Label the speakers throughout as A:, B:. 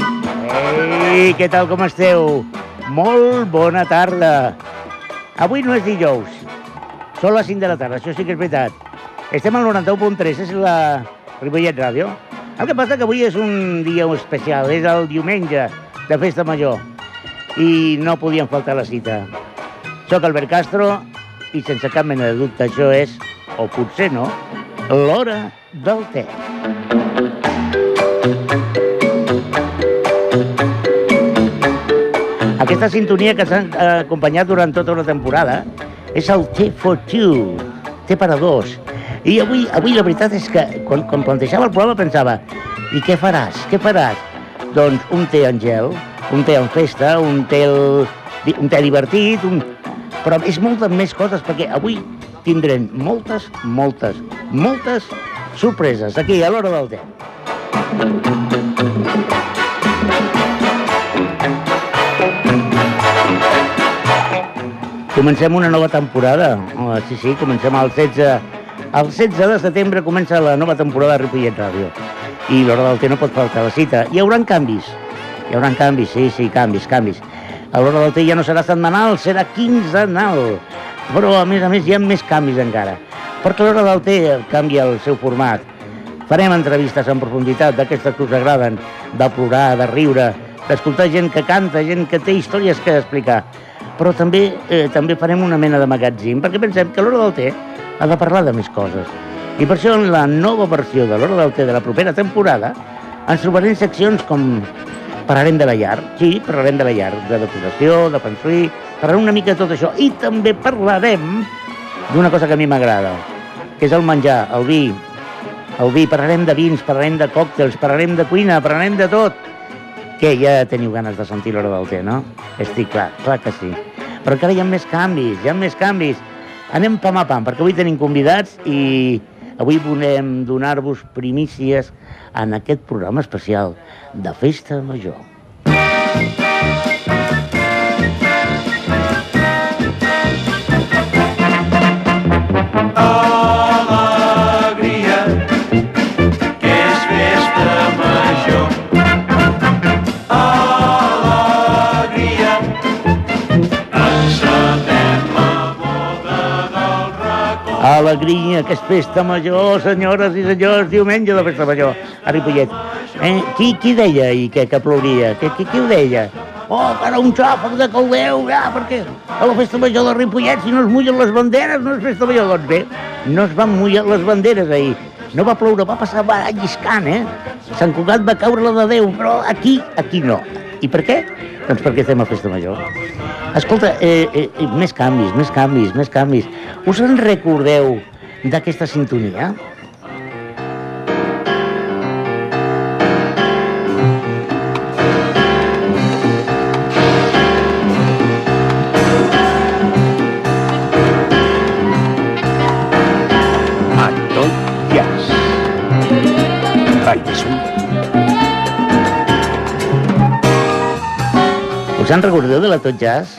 A: Ei, què tal, com esteu? Molt bona tarda. Avui no és dijous, són les 5 de la tarda, això sí que és veritat. Estem al 91.3, és la Ripollet Ràdio. El que passa que avui és un dia especial, és el diumenge de Festa Major. I no podíem faltar a la cita. Soc Albert Castro i sense cap mena de dubte això és, o potser no, l'hora del te. Aquesta sintonia que s'ha eh, acompanyat durant tota una temporada és el T for Two, T per a dos. I avui, avui la veritat és que quan, quan plantejava el programa pensava i què faràs, què faràs? Doncs un té en gel, un té en festa, un té, el, un té divertit, un... però és moltes més coses perquè avui tindrem moltes, moltes, moltes sorpreses aquí a l'hora del temps. Comencem una nova temporada. Eh, Sí, sí, comencem el 16... El 16 de setembre comença la nova temporada de Ripollet Ràdio. I l'hora del té no pot faltar a la cita. Hi haurà canvis. Hi haurà canvis, sí, sí, canvis, canvis. A l'hora del té ja no serà setmanal, serà quinzenal. Però, a més a més, hi ha més canvis encara. Perquè l'hora del té canvia el seu format. Farem entrevistes en profunditat d'aquestes que us agraden, de plorar, de riure, d'escoltar gent que canta, gent que té històries que explicar. Però també eh, també farem una mena de magatzim, perquè pensem que l'Hora del Té ha de parlar de més coses. I per això en la nova versió de l'Hora del Té de la propera temporada ens trobarem seccions com parlarem de la llar, sí, parlarem de la llar, de decoració, de pensuí, parlarem una mica de tot això i també parlarem d'una cosa que a mi m'agrada, que és el menjar, el vi, el vi, parlarem de vins, parlarem de còctels, parlarem de cuina, parlarem de tot. Què, ja teniu ganes de sentir l'hora del té, no? Estic clar, clar que sí. Però encara hi ha més canvis, hi ha més canvis. Anem pam a pam, perquè avui tenim convidats i avui volem donar-vos primícies en aquest programa especial de Festa Major.
B: alegria, que és festa major. Alegria, encetem la boda del racó.
A: Alegria, que és festa major, senyores i senyors, diumenge de festa major, a Ripollet. Eh? Qui, qui deia ahir que, que plouria? Qui, qui, qui ho deia? Oh, para un xòfec de caldeu, ja, perquè a la festa major de Ripollet, si no es mullen les banderes, no és festa major. Doncs bé, no es van mullar les banderes ahir. No va ploure, va passar va, lliscant, eh? Sant Cugat va caure la de Déu, però aquí, aquí no. I per què? Doncs perquè estem a festa major. Escolta, eh, eh, eh, més canvis, més canvis, més canvis. Us en recordeu d'aquesta sintonia?
B: A tot llaç. Baies un
A: Us en recordeu de la Tot Jazz?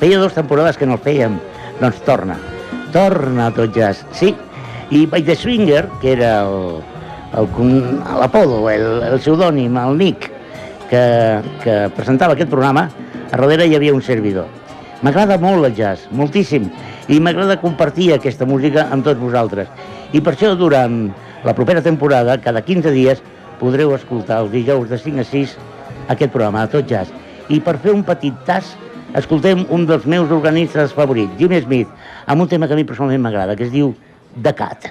A: Feia dues temporades que no el fèiem. Doncs torna. Torna a Tot Jazz. Sí. I By the Swinger, que era el, el, con- l'apodo, el, el pseudònim, el nick, que, que presentava aquest programa, a darrere hi havia un servidor. M'agrada molt el jazz, moltíssim, i m'agrada compartir aquesta música amb tots vosaltres. I per això durant la propera temporada, cada 15 dies, podreu escoltar els dijous de 5 a 6 aquest programa de tot jazz. I per fer un petit tas, escoltem un dels meus organistes favorits, Jim Smith, amb un tema que a mi personalment m'agrada, que es diu The Cat.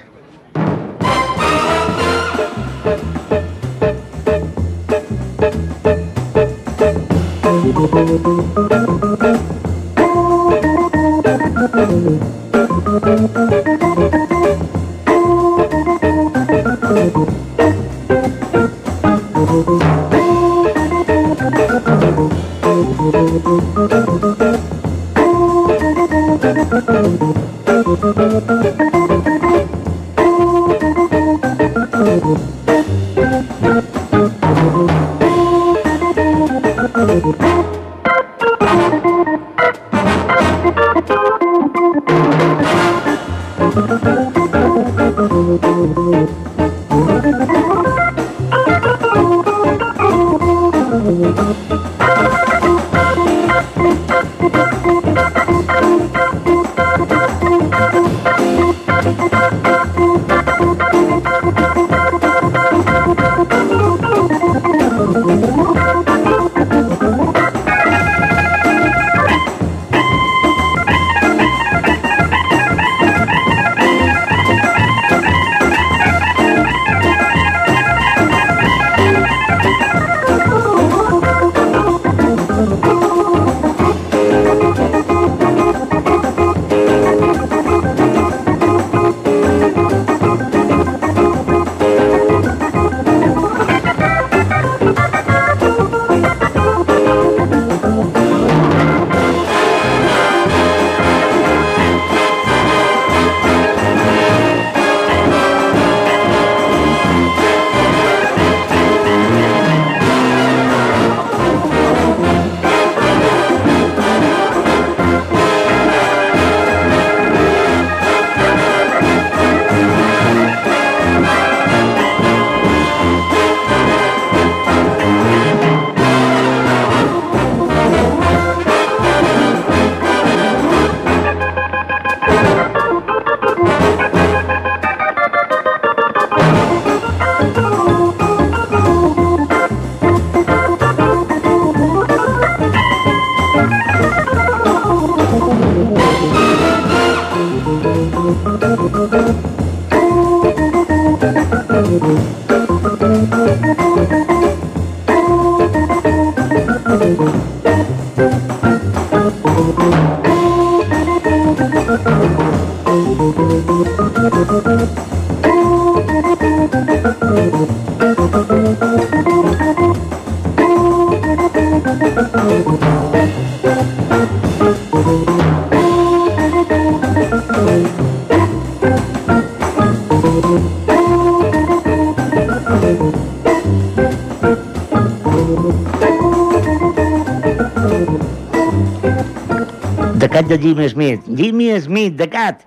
A: The Cat de Jimmy Smith. Jimmy Smith, The Cat.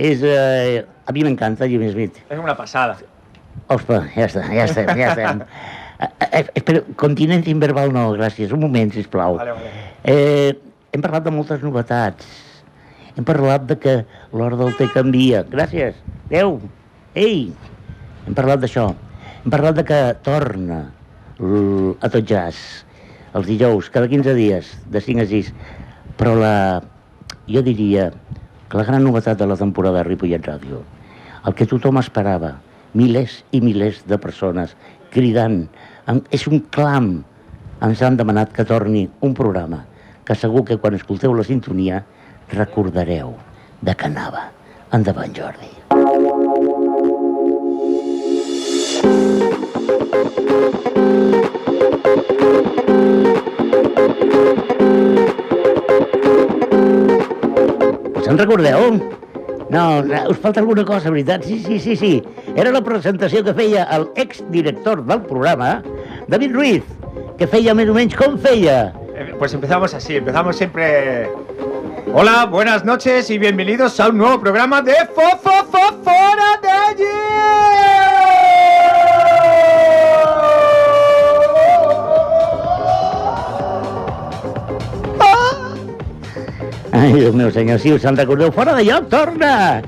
A: És, eh, a mi m'encanta Jimmy Smith.
C: És una passada.
A: Ospa, ja està, ja està, ja està. Eh, eh, Espera, continent verbal no, gràcies. Un moment, sisplau.
C: Vale, vale.
A: Eh, hem parlat de moltes novetats. Hem parlat de que l'hora del té canvia. Gràcies. Adéu. Ei, hem parlat d'això. Hem parlat de que torna l- a tot jazz els dijous, cada 15 dies, de 5 a 6. Però la, jo diria que la gran novetat de la temporada de Ripollet Ràdio, el que tothom esperava, milers i milers de persones cridant, amb- és un clam, ens han demanat que torni un programa que segur que quan escolteu la sintonia recordareu de què anava. Endavant, Jordi. Us en recordeu? No, no, us falta alguna cosa, veritat? Sí, sí, sí, sí. Era la presentació que feia el exdirector del programa, David Ruiz, que feia més o menys com feia.
C: Eh, Pues empezamos así, empezamos siempre. Hola, buenas noches y bienvenidos a un nuevo programa de Fofofofora de
A: Ai, Déu meu senyor, si us en recordeu, fora de lloc, torna!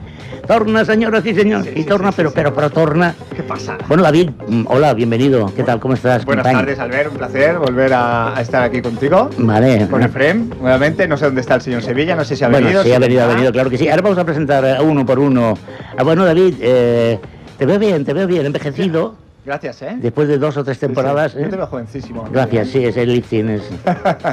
A: Torna, senyores i senyors,
C: Sí,
A: i
C: sí,
A: torna,
C: sí,
A: però,
C: sí.
A: però, però torna.
C: ¿Qué pasa?
A: Bueno, David, mm, hola, bienvenido. ¿Qué tal? ¿Cómo estás,
C: Buenas
A: compañero?
C: tardes, Albert, un placer volver a, a estar aquí contigo.
A: Vale.
C: Con Efrem, nuevamente, no sé dónde está el señor Sevilla, no sé si ha
A: bueno,
C: venido.
A: sí,
C: si
A: ha venido, ha
C: vendrá.
A: venido, claro que sí. Ahora vamos a presentar eh, uno por uno. Ah, bueno, David, eh, te veo bien, te veo bien, envejecido,
C: Gracias, ¿eh?
A: después de dos o tres temporadas.
C: Sí, sí. Yo
A: ¿eh?
C: te veo jovencísimo.
A: Gracias, sí, es el lifting, es,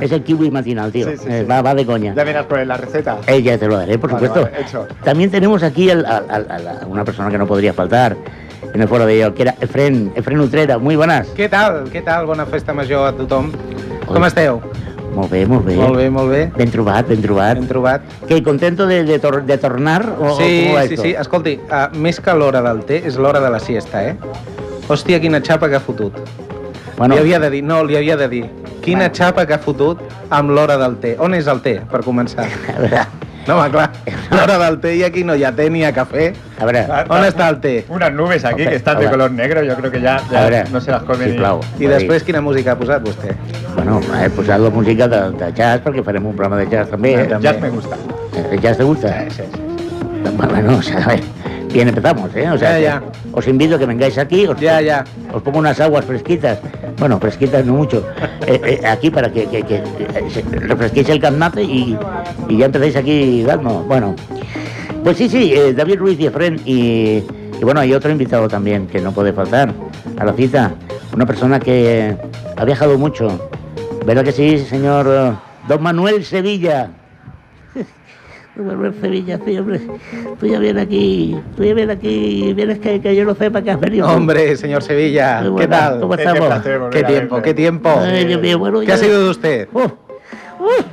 A: es el kiwi matinal, tío.
C: Sí, sí,
A: Eh,
C: sí.
A: Va, va de coña.
C: Ya verás por la receta.
A: Eh, ya te lo daré, por
C: Vale,
A: supuesto.
C: vale, hecho.
A: También tenemos aquí al- al- al- a la- una persona que no podría faltar en el foro de ello, que era Efren, Efren Utrera. Muy buenas.
D: Què tal? Què tal? Bona festa major a tothom. Com
A: Oi.
D: esteu?
A: Molt bé, molt bé.
D: Molt bé, molt bé.
A: Ben trobat, ben trobat.
D: Hem trobat.
A: Que contento de, de, tor- de tornar o, o Oh,
D: sí,
A: com va
D: sí,
A: esto?
D: sí. Escolti, uh, més que l'hora del té, és l'hora de la siesta, eh? Hòstia, quina xapa que ha fotut.
A: Bueno,
D: Li havia de dir, no, li havia de dir. Quina xapa que ha fotut amb l'hora del té. On és el té, per començar?
A: A veure,
D: No, home, clar, l'hora del té i aquí no hi ha té ni a cafè.
A: a veure,
D: On està el té?
C: Unas nubes aquí
A: Ok,
C: que están de
A: hola.
C: color negro, yo creo que ya,
A: a
C: ya
A: veure...
C: no se las comen.
A: Sisplau.
D: I
A: vull
D: després quina música ha posat vostè?
A: dir, Bueno, he posat la música de, de jazz perquè farem un programa de jazz també.
D: Ah,
A: Eh?
D: també.
C: Jazz me gusta.
A: El jazz te gusta?
C: Sí, sí.
A: Bueno, o sea, a ver, bien empezamos, ¿eh? O sea,
D: Ya,
A: que os invito a que vengáis aquí, os,
D: Ja, ja.
A: os pongo unas aguas fresquitas, bueno, fresquitas no mucho, eh, eh, aquí para que, que- que, eh, se- refresquéis el carnate y, y ya empezáis aquí dando. Bueno, pues sí, sí, eh, David Ruiz y Efren y, y bueno, hay otro invitado también que no puede faltar a la cita, una persona que ha viajado mucho, ¿verdad que sí, señor eh, Don Manuel Sevilla? Manuel Sevilla, sí, hombre. Tú ya vienes aquí, tú ya vienes aquí, vienes que, que yo no sepa que has venido.
D: Hombre, señor Sevilla,
A: Muy
D: ¿qué
A: buena,
D: tal?
A: ¿cómo
C: Eh, Qué
A: Pues estamos?
C: placer volver
D: Qué
C: a
D: tiempo,
C: verte.
D: qué tiempo.
A: Ay, Dios mío, bueno,
D: ¿Qué
A: ya-
D: ha sido de usted?
A: Uf, uf,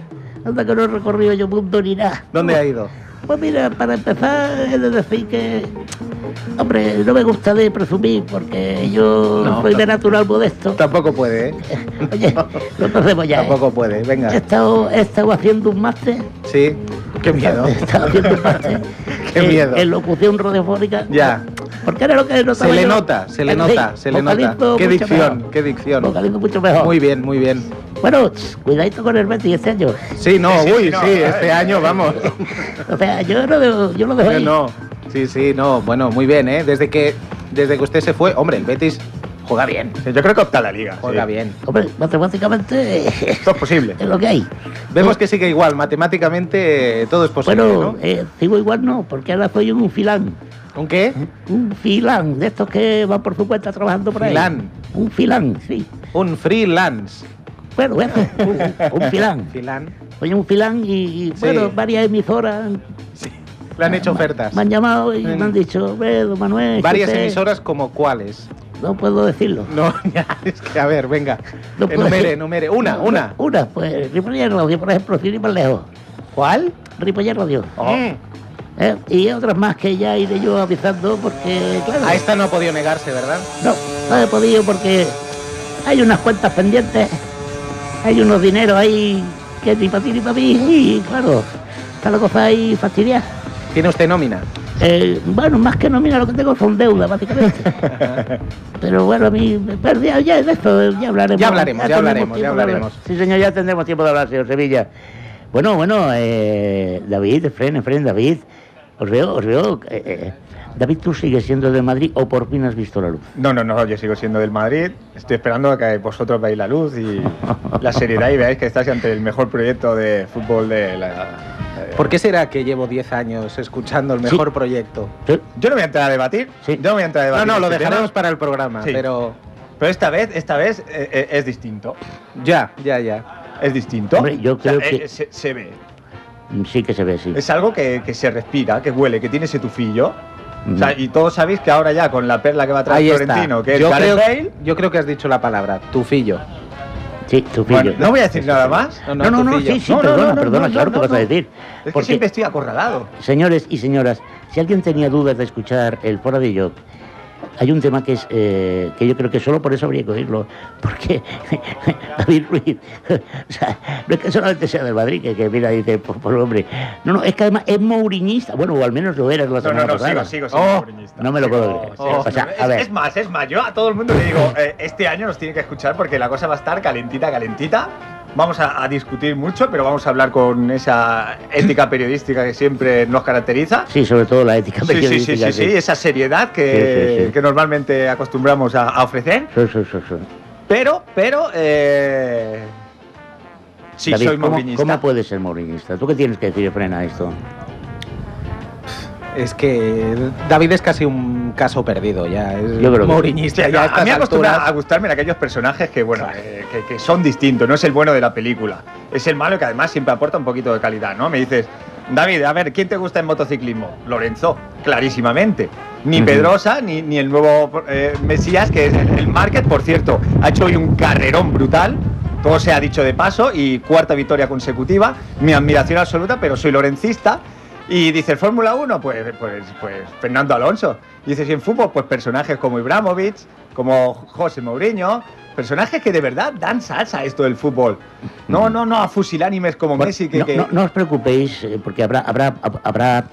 A: anda que no he recorrido yo mundo ni nada.
D: ¿Dónde ha ido?
A: Pues mira, para empezar he de decir que, hombre, no me gusta de presumir porque yo
D: No,
A: soy de
D: no.
A: natural modesto.
D: Tampoco puede, ¿eh?
A: Oye, no empecemos ya. ¿eh?
D: Tampoco puede,
A: He
D: venga.
A: estado, he estado haciendo un máster.
D: Sí, qué miedo.
A: He estado haciendo un máster.
D: Qué
A: en-
D: miedo.
A: En, locución radiofónica.
D: Ya.
A: Porque era lo que notaba
D: Se le
A: yo.
D: nota, se le
A: En
D: nota,
A: fin,
D: se le nota.
A: vocalizo
D: Qué
A: mucho
D: dicción,
A: mejor.
D: qué dicción.
A: Vocalizo mucho mejor.
D: Muy bien, muy bien.
A: Bueno, ch, cuidadito con el Betis este año.
D: Sí, no,
C: Sí, sí,
D: uy,
C: no,
D: sí,
C: eh.
D: este año vamos.
A: O sea, yo lo dejo, yo lo dejo
D: Que
A: ahí.
D: no. Sí, sí, no, bueno, muy bien, ¿eh? Desde que, desde que usted se fue, hombre, el Betis juega bien,
C: Sí, Yo creo que opta la liga.
D: juega
C: sí.
D: bien.
A: Hombre, matemáticamente es
C: Esto es posible.
A: lo que hay.
D: Vemos que sigue igual, matemáticamente eh, todo es posible,
A: bueno,
D: ¿no?
A: eh, sigo igual no, porque ahora soy un filán.
D: ¿Un qué?
A: Un filán, de estos que van por su cuenta trabajando por ahí.
D: Filán.
A: Un filán, sí.
D: Un freelance.
A: Bueno, eso, un, un filán.
D: Freelance.
A: Soy un filán y, y, bueno, varias emisoras
D: Le han hecho ofertas.
A: me han llamado y
D: Mm.
A: me han dicho, ve, don Manuel, que
D: Varias
A: usted-"
D: emisoras como cuáles.
A: No puedo decirlo.
D: No, ya, es que a ver, venga.
A: No puedo
D: enumere,
A: decir-
D: enumere. Una,
A: No,
D: una.
A: Una, pues Ripoller Radio, por ejemplo, sin ir más lejos.
D: ¿Cuál?
A: Ripoller Radio.
D: Mm.
A: ¿eh? Y otras más que ya iré yo avisando porque, claro,
D: A esta no ha podido negarse, ¿verdad?
A: no, no he podido porque hay unas cuentas pendientes, hay unos dineros ahí que ni para ti ni para mí, y claro, está la cosa ahí fastidiada.
D: Tiene usted nómina.
A: Eh, bueno, más que no, mira, lo que tengo son deudas, básicamente. Pero bueno, a mí, pero ya, ya de esto eh, ya hablaremos.
D: Ya hablaremos, ya
A: tenemos
D: hablaremos, ya
A: tiempo de hablar.
D: hablaremos.
A: Sí, señor, ya tendremos tiempo de hablar, señor Sevilla. Bueno, bueno, eh, David, Efren, Efren, David, os veo, os veo. eh, eh, David, ¿tú sigues siendo de Madrid o por fin has visto la luz?
C: No, no, no, yo sigo siendo del Madrid. Estoy esperando a que vosotros veáis la luz y la seriedad y veáis que estáis ante el mejor proyecto de fútbol de la. eh, de-
D: ¿Por qué será que llevo 10 años escuchando el
A: Sí.
D: mejor proyecto?
A: Sí,
C: Yo no voy a entrar a debatir.
A: Sí.
C: Yo no voy a entrar a
D: No,
C: debatir.
D: no, lo
C: este
D: dejaremos
C: tema,
D: para el programa,
C: Sí.
D: pero
C: Pero esta vez, esta vez eh, eh, es distinto.
D: ya, ya, ya.
C: Es distinto.
A: Hombre, yo
C: O sea,
A: creo
C: eh,
A: que-
C: se, se ve.
A: sí que se ve, sí.
C: Es algo que, que se respira, que huele, que tiene ese tufillo. O sea,
A: Ujú.
C: y todos sabéis que ahora ya con la perla que va a traer
D: Ahí
C: Florentino,
D: está.
C: que es
D: yo,
C: Gareth
D: creo,
C: Bale.
D: yo creo que has dicho la palabra, tufillo.
A: Sí, tu
C: Bueno,
A: pillo.
C: no voy a decir nada más.
D: No,
A: no, no, no,
D: tufillo.
A: sí, sí,
C: No, no,
A: perdona,
C: no, no,
A: perdona,
C: no,
A: claro
C: no,
A: que vas a
C: no.
A: decir.
C: Es que siempre estoy acorralado.
A: Señores y señoras, si alguien tenía dudas de escuchar el Fora de Joc, hay un tema que es eh, que yo creo que solo por eso habría que oírlo, porque David Ruiz, o sea, no es que solamente sea del Madrid, que, que mira, dice, por, por hombre, no, no, es que además es mourinista, bueno, o al menos lo eras la
C: No,
A: semana
C: no, no,
A: pasada.
C: sigo, sigo, sigo.
D: Oh,
C: mourinhista.
A: no me lo
C: Sigo,
A: puedo creer.
C: sigo,
A: O
C: sigo.
A: sea, a
C: es,
A: ver.
C: es más, es más, yo a todo el mundo le digo, eh, este año nos tiene que escuchar porque la cosa va a estar calentita, calentita. Vamos a, a discutir mucho, pero vamos a hablar con esa ética periodística que siempre nos caracteriza.
A: Sí, sobre todo la ética
C: Sí, sí, sí,
A: periodística.
C: sí, sí, esa seriedad que,
A: Sí, sí, sí.
C: que normalmente acostumbramos a- a ofrecer.
A: Sí, sí, sí, sí.
C: Pero, pero, eh... Sí,
A: David,
C: soy
A: ¿cómo,
C: mourinhista.
A: ¿cómo puedes ser mourinista? ¿Tú qué tienes que decir, frena esto?
D: Es que David es casi un caso perdido ya. Es
A: Yo creo que-
D: mourinhista
C: Hostia,
D: ya a
C: a, a
D: estas
C: mí acostumbra
D: alturas.
C: a gustarme en aquellos personajes que, bueno, eh, que, que son distintos, no es el bueno de la película, es el malo que además siempre aporta un poquito de calidad, ¿no? Me dices, David, a ver, ¿quién te gusta en motociclismo? Lorenzo, clarísimamente. Ni
A: Ujú.
C: Pedrosa, ni, ni el nuevo eh, Mesías, que es el, el Market, por cierto, ha hecho hoy un carrerón brutal. Todo se ha dicho de paso y cuarta victoria consecutiva. Mi admiración absoluta, pero soy lorencista. Y dices, Fórmula 1, pues, pues, pues Fernando Alonso. Y dices, ¿y en fútbol? Pues personajes como Ibrahimovic, como José Mourinho, personajes que de verdad dan salsa a esto del fútbol. No, no, no a fusilánimes como
A: Bueno,
C: Messi, que,
A: no,
C: que-
A: no- no os preocupéis, eh, porque habrá, habrá, habrá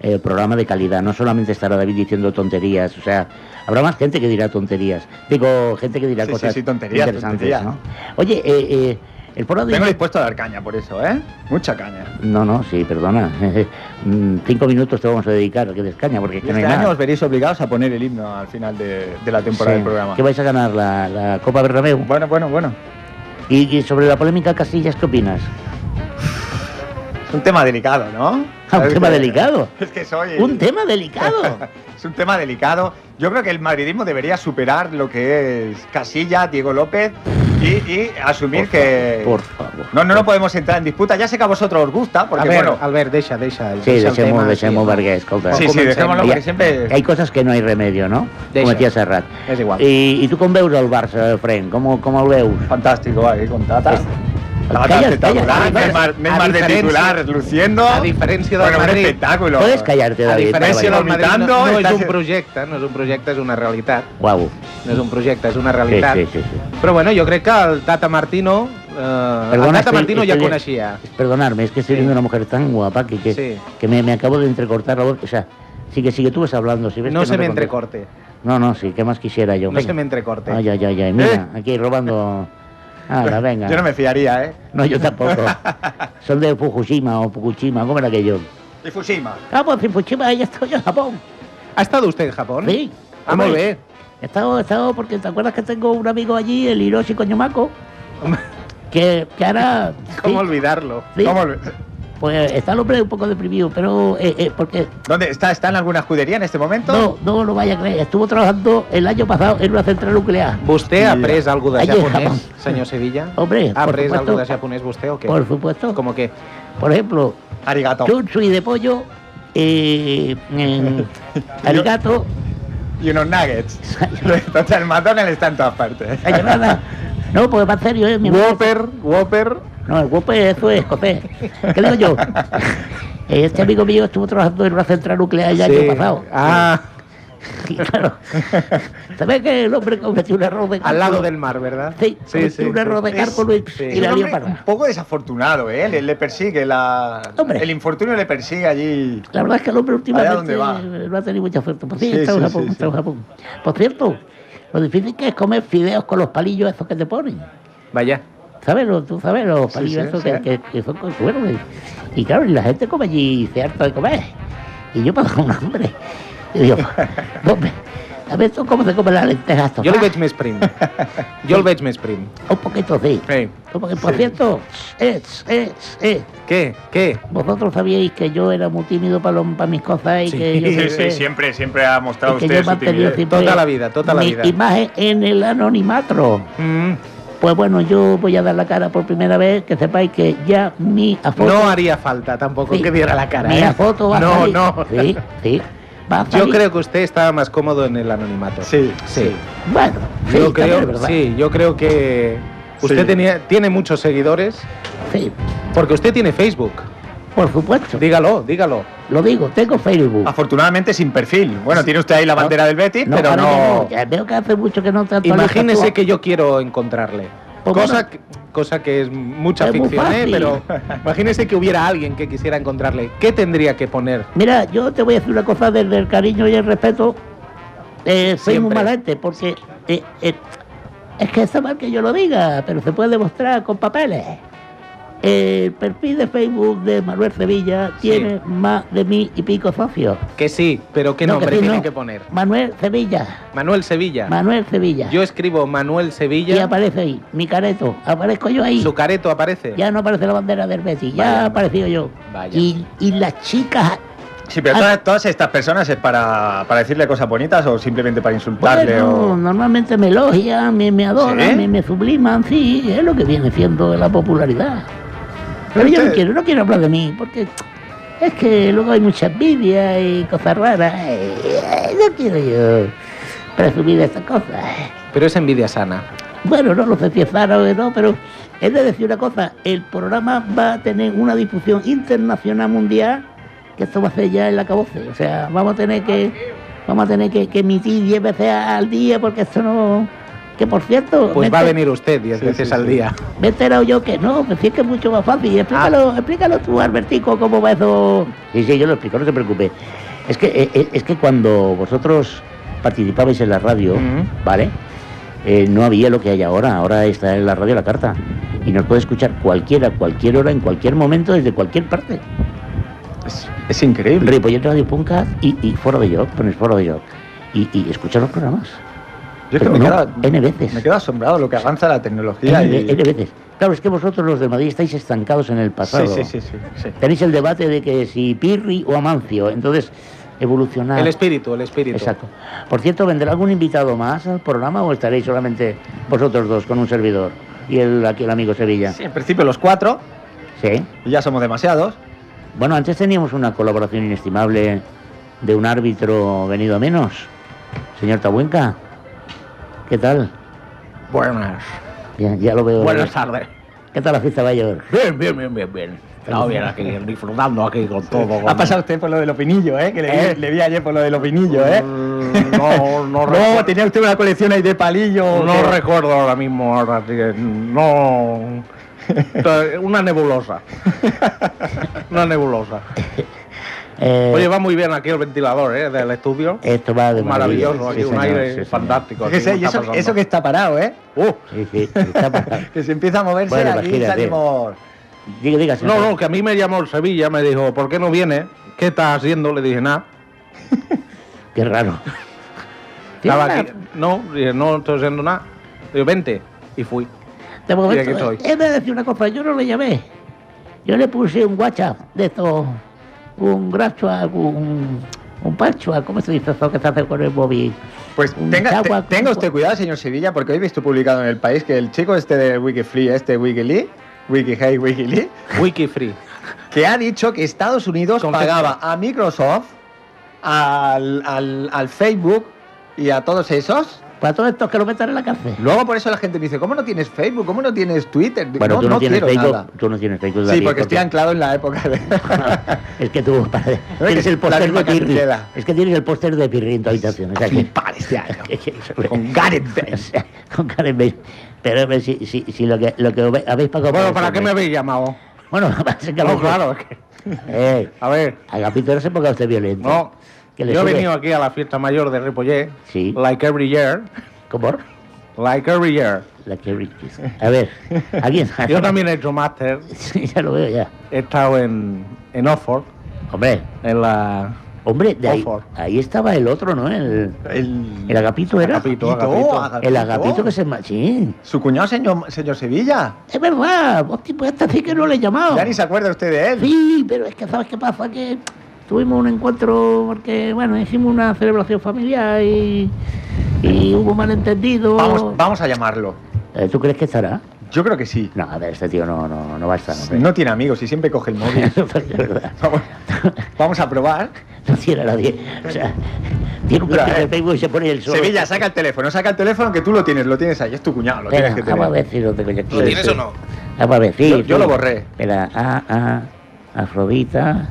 A: eh, programa de calidad. No solamente estará David diciendo tonterías, o sea, habrá más gente que dirá tonterías. Digo, gente que dirá
C: Sí, sí,
A: cosas
C: sí, tonterías,
A: interesantes,
C: tonterías.
A: ¿no? Oye, eh, eh, el programa de...
C: Tengo dispuesto a dar caña por eso, ¿eh? Mucha caña.
A: No, no, sí, perdona. Mm, Cinco minutos te vamos a dedicar, que descaña, porque es
C: Y
A: que no
C: este
A: hay
C: año
A: nada.
C: os veréis obligados a poner el himno al final de, de la
A: Sí.
C: temporada del programa.
A: ¿Qué vais a ganar? ¿La, la Copa Bernabéu?
C: Bueno, bueno, bueno.
A: ¿Y, y sobre la polémica Casillas qué opinas?
C: Es un tema delicado, ¿no?
A: Ah, un
C: Es
A: tema
C: que-
A: delicado.
C: Es que soy...
A: Un tema delicado.
C: Es un tema delicado. Yo creo que el madridismo debería superar lo que es Casilla, Diego López y, y asumir
A: Por
C: que...
A: favor, Por favor.
C: No, no, no podemos entrar en disputa. Ya sé que a vosotros os gusta,
D: a
C: porque
D: ver,
C: bueno...
D: Albert, deixa, deixa.
A: Sí,
D: deixa el
A: deixem-ho,
D: tema,
A: deixem-ho,
D: sí.
A: perquè, escolta...
C: Sí, sí,
D: comencem.
C: dejémoslo
A: Ja-
C: porque siempre...
A: Hay cosas que no hay remedio, no?
D: Deixa.
A: Com a tia Serrat.
D: És igual.
A: I, I tu com veus el Barça, Frenk? Com, ho- com el veus?
C: Fantástico, ahí con Tata. Tata
A: Calla,
C: espectacular,
D: eh?
A: calla, calla.
C: Neymar, Neymar
D: A
C: de
D: diferencia-
C: titular, luciendo.
D: a diferència del
C: bueno, un
D: Madrid.
C: espectáculo.
A: Puedes callarte,
D: A
A: David.
D: diferència
C: Estava
D: del Madrid, no,
C: vomitando,
D: no és
C: estàs-
D: un projecte, no és un projecte, és una realitat.
A: Uau.
D: No és un projecte, és una
A: Sí,
D: realitat.
A: eh? sí, sí. sí.
D: Però bueno, jo crec que el Tata Martino... Eh, el Tata
A: estoy-
D: Martino ja
A: estoy-
D: coneixia.
A: Perdonarme, es que estoy
D: Sí.
A: viendo una mujer tan guapa que, que,
D: Sí.
A: que me, me acabo de entrecortar la voz. O sea, sí que sí que tú vas hablando. Si ves
D: No
A: que
D: se
A: te
D: me
A: contesto.
D: entrecorte.
A: No, no, sí, ¿qué más quisiera yo?
D: No se
A: Venga.
D: me entrecorte.
A: Ay, ay, ay, ay, mira, aquí robando. Ahora, venga.
C: Yo no me fiaría, ¿eh?
A: No, yo tampoco. Son de Fukushima o Fukushima, ¿cómo era aquello?
C: Y Fushima.
A: Ah, pues Fukushima, ya estoy en Japón.
D: Ha estat vostè en Japó?
A: Sí.
D: Ah, molt bé.
A: He estado, he estado porque te acuerdas que tengo un amigo allí, el Hiroshi Koñomaco, que, que ahora.
D: ¿Cómo
A: sí,
D: olvidarlo?
A: sí,
C: ¿Cómo lo-
A: Pues está el hombre un poco deprimido, pero eh, eh, porque
C: ¿Dónde está? ¿Está en alguna judería en este momento?
A: No, no lo vaya a creer. Estuvo trabajando el año pasado en una central nuclear.
D: Vostè ha
C: Mira.
D: après alguna
A: Allí
D: cosa de
A: en
D: japonès,
A: Japó.
D: senyor Sevilla?
A: Hombre,
D: ¿Ha
A: por
D: après
A: supuesto.
D: algo de japonés vostè o qué?
A: Por supuesto.
D: Como que...
A: Por ejemplo,
C: Arigato.
A: chunsui de pollo, eh, eh, arigato,
C: Y unos nuggets. Entonces el McDonald's está en todas partes.
A: ayonada. No, porque más serio es mi
C: Whopper, Whopper.
A: No, el guapo es- eso es escocés. ¿Qué digo yo? Este amigo mío estuvo trabajando en una central nuclear el
D: Sí.
A: año pasado.
D: Ah,
A: Y claro, ¿sabes que el hombre cometió un error de
D: al
A: cálculo?
D: lado del mar, ¿verdad?
A: Sí, cometió un error de
C: Es-
A: cálculo y,
D: sí.
A: y
C: Es un
A: la
C: hombre
A: lió parda.
C: un poco desafortunado, ¿eh? Le, le persigue la...
A: Hombre.
C: El infortunio le persigue allí.
A: La verdad es que el hombre últimamente
C: dónde va.
A: eh, no ha tenido mucha suerte. Pues sí,
C: Sí,
A: está en
C: sí,
A: Japón,
C: sí,
A: está
C: sí.
A: en Japón. Por cierto, lo difícil que es comer fideos con los palillos esos que te ponen.
D: Vaya.
A: ¿Sabes? Lo- Tú sabes, los
C: Sí,
A: palillos
C: sí,
A: esos
C: sí.
A: Que, que- que son con suero. Y, y claro, y la gente come allí y se harta de comer. Y yo pago un hambre. Y digo, hombre, a ver tú cómo se come la lenteja esto. Ah,
D: Jo el veig més prim. Jo el veig més prim.
A: Un poquito sí.
D: Sí.
A: Un poquito- por cierto, es, es, es.
D: Què? Què?
A: Vosotros sabíais que yo era muy tímido para, lo- para mis cosas y
D: Sí.
A: que yo
D: Sí,
A: siempre-
C: siempre, siempre ha mostrado
A: Es que yo he mantenido siempre
D: Toda la vida, toda la
A: mi
D: vida.
A: imagen en el anonimatro.
D: Mm,
A: Pues bueno, yo voy a dar la cara por primera vez, que sepáis que ya mi foto...
D: no haria falta tampoc
A: Pues Sí.
D: que diera la cara.
A: Mi
D: eh?
A: foto va a
D: No,
A: salir.
D: no.
A: Sí, sí. Va a
D: Yo
A: salir.
D: creo que usted estaba más cómodo en el anonimato.
C: Sí,
D: Sí.
A: Bueno, sí,
D: Yo
A: también es
D: creo,
A: verdad.
D: sí, yo creo que usted
C: Sí.
D: tenía, tiene muchos seguidores
A: Sí,
D: porque usted tiene Facebook.
A: por supuesto.
D: Dígalo, dígalo.
A: Lo digo, tengo Facebook.
D: Ah,
C: Afortunadamente sin perfil. Bueno, tiene usted ahí la bandera del Betis, pero
A: ahora
C: no...
A: ya Veo que hace mucho que no te actualizas
D: Imagínese
A: tú.
D: que yo quiero encontrarle.
A: Pues
D: Cosa
A: bueno.
D: que, cosa que es mucha
A: Es muy
D: ficción, ¿eh?
A: fácil.
D: pero imagínese que hubiera alguien que quisiera encontrarle. ¿Qué tendría que poner?
A: Mira, yo te voy a decir una cosa desde el cariño y el respeto. Eh, soy muy
D: Siempre.
A: mala gente porque eh, eh, es que está mal que yo lo diga, pero se puede demostrar con papeles. El perfil de Facebook de Manuel Sevilla
D: Sí.
A: tiene más de mil y pico socios.
D: Que sí, pero ¿qué
A: No,
D: nombre
A: que sí,
D: tiene
A: no.
D: que poner?
A: Manuel Sevilla,
D: Manuel Sevilla.
A: Manuel Sevilla.
D: Yo escribo Manuel
A: y
D: Sevilla.
A: aparece ahí, mi careto, aparezco yo ahí.
D: Su careto aparece.
A: Ya no aparece la bandera del Betis, ya
D: Vaya.
A: ha aparecido yo.
D: Vaya.
A: Y, y las chicas
C: Sí, pero todas, todas estas personas es para, para decirle cosas bonitas o simplemente para insultarle
D: oh.
A: Bueno, normalmente me elogian, me, me adoran,
C: ¿Sí?
A: me, me subliman, sí, es lo que viene siendo la popularidad. Pero
C: Pero
A: yo no
C: usted-
A: quiero, no quiero hablar de mí, porque es que luego hay mucha envidia y cosas raras. eh, eh, No quiero yo presumir de estas cosas.
D: Pero es envidia sana.
A: Bueno, no lo sé si es raro o no, pero es de decir una cosa, el programa va a tener una difusión internacional mundial, que esto va a ser ya el acabose. O sea, vamos a tener que vamos a tener que, que emitir 10 veces al día porque esto no... que por cierto...
D: Pues
A: me
D: va a
A: te-
D: venir usted 10
C: Sí,
D: veces
C: sí,
D: al
C: sí.
D: día.
A: Me he enterado yo que no, me que es mucho más fácil. Explícalo, explícalo tú, Albertico, cómo va eso. Ah. Sí, sí, yo lo explico, no se preocupe. Es que, eh, eh, es que cuando vosotros participabais en la radio,
D: Ujú.
A: ¿vale? Eh, no había lo que hay ahora, ahora está en la radio la carta. Y nos puede escuchar cualquiera, cualquier hora, en cualquier momento, desde cualquier parte.
C: Es, es increíble.
A: Ripollet Radio Punca y, y Foro de York, pones Foro de York. Y, y escucha los programas.
C: Yo es
A: Pero
C: que me,
A: no,
C: quedo,
A: N veces.
C: me quedo asombrado lo que avanza la tecnología.
A: N,
C: y...
A: N veces. Claro, es que vosotros los de Madrid estáis estancados en el pasado.
C: sí, sí, sí, sí, sí.
A: Tenéis el debate de que si Pirri o Amancio, entonces evolucionar.
D: El espíritu, el espíritu.
A: Exacto. Por cierto, ¿vendrá algún invitado más al programa o estaréis solamente vosotros dos con un servidor y el, aquí el amigo Sevilla?
C: Sí, en principio los cuatro,
A: Sí.
C: y ya somos demasiados.
A: Bueno, antes teníamos una colaboración inestimable de un árbitro venido a menos. Señor Tabuenca, ¿qué tal?
D: Buenas.
A: Ya, ya lo veo.
D: Buenas tardes.
A: ¿Qué tal la fiesta Bayor?
D: Bien, bien, bien, bien, bien. Estamos bien aquí, disfrutando aquí con todo.
C: Ha
D: con-
C: pasado usted por lo de los vinillos, ¿eh? Que le, vi-
D: ¿Eh?
C: le vi ayer por lo de los vinillos, ¿eh?
D: Mm, No, no,
C: No,
D: recuerdo-
C: tenía usted una colección ahí de palillos.
D: no
C: que-
D: recuerdo ahora mismo. ahora sí que No. Una nebulosa. Una nebulosa.
A: Eh,
D: Oye, va muy bien aquí el ventilador ¿eh? del estudio.
A: esto va de maravilla. Sí,
D: Maravilloso, aquí un
A: señor, sí,
D: aire
A: señor.
D: fantástico. aquí,
C: Fíjese,
D: ¿no
C: y
D: está
C: eso,
D: pasando?
C: eso que está parado, ¿eh?
D: Uh,
A: Sí, sí, está pasando.
C: Que se empieza a moverse
A: Bueno,
C: aquí
A: imagínate.
C: salimos.
A: Diga, diga, señor.
D: No, no, que a mí me llamó el Sevilla, me dijo, ¿por qué no viene? ¿Qué estás haciendo? Le dije, nada.
A: Qué raro.
D: Estaba
A: Tiene
D: aquí. No, dije, no estoy haciendo nada. Digo, vente. Y fui.
A: una- De momento,
D: aquí estoy.
A: he de decir una cosa, yo no le llamé. Yo le puse un WhatsApp de estos, un grachua, un, un panchua, ¿cómo se dice eso que se hace con el móvil?
C: Pues
A: Un
C: tenga, te-
A: chagua-
C: tenga usted cuidado, señor Sevilla, porque hoy he visto publicado en el país que el chico este de Wikifree, este Wikili, WikiHey, Wikili,
D: Wiki free.
C: que ha dicho que Estados Unidos
D: Concepto.
C: pagaba a Microsoft, al, al- al Facebook y a todos esos.
A: Para todos estos que lo metan en la cárcel.
C: Luego por eso la gente me dice, ¿cómo no tienes Facebook? ¿Cómo no tienes Twitter?
A: Bueno, tú no, tienes
C: quiero
A: Facebook,
C: nada.
A: tú no tienes Facebook,
C: Sí,
A: David,
C: porque estoy anclado en la época de...
A: Es que tú, padre,
C: que
A: tienes el
C: es la
A: póster de
C: misma
A: Pirri.
C: cantidad.
A: Es que tienes el póster de Pirri en tu habitación. o sea
C: A
A: que-
C: flipar este año. Con Gareth Bale.
A: O sea, con Karen Bale. Pero hombre, si, si, si lo que, lo que habe- habéis pagado...
D: Bueno,
A: por
D: ¿para
A: eso,
D: qué me
A: hombre.
D: habéis llamado?
A: Bueno, parece que a lo
D: No,
A: mejor-
D: claro, es que-
A: Eh,
D: A ver,
A: Agapito, no se ponga usted violento.
D: no.
A: Que le
D: Yo he
A: sube.
D: venido aquí a la fiesta mayor de Ripollet.
A: Sí.
D: Like every year.
A: ¿Cómo?
D: Like every year.
A: La que riquis. A ver, alguien.
D: Yo también he hecho máster.
A: Sí, ya lo veo ya.
D: He estado en, en Oxford.
A: Hombre,
D: En la.
A: hombre, de ahí,
D: Oxford.
A: ahí estaba el otro, ¿no? El,
C: El...
A: el agapito era.
D: Agapito.
A: El agapito que se... ma- Sí,
C: Su cuñado, señor, señor Sevilla.
A: es verdad. Hostia, pues esta sí que no le he llamado.
C: Ya ni se acuerda usted de él.
A: Sí, pero es que ¿sabes qué pasa? Que tuvimos un encuentro porque, bueno, hicimos una celebración familiar y, y hubo malentendido.
C: Vamos, vamos a llamarlo.
A: Eh, ¿Tú crees que estará?
C: Yo creo que sí.
A: No, a ver, este tío no, no, no va a estar, hombre.
C: No tiene amigos y siempre coge el móvil.
A: es verdad.
C: Vamos, vamos a probar.
A: No tiene a nadie. O sea, tiene un
C: Ya,
A: perfil
C: eh.
A: de Facebook y se pone el solo.
C: Sevilla, saca el teléfono, saca el teléfono que tú lo tienes, lo tienes ahí, es tu cuñado, lo
A: Espera,
C: tienes que
A: vamos a
C: tener.
A: ver si lo tengo yo aquí.
D: ¿Lo tienes o no?
A: Vamos a ver, sí,
C: Yo- yo
A: sí.
C: lo borré.
A: Espera, A, A, Afrodita,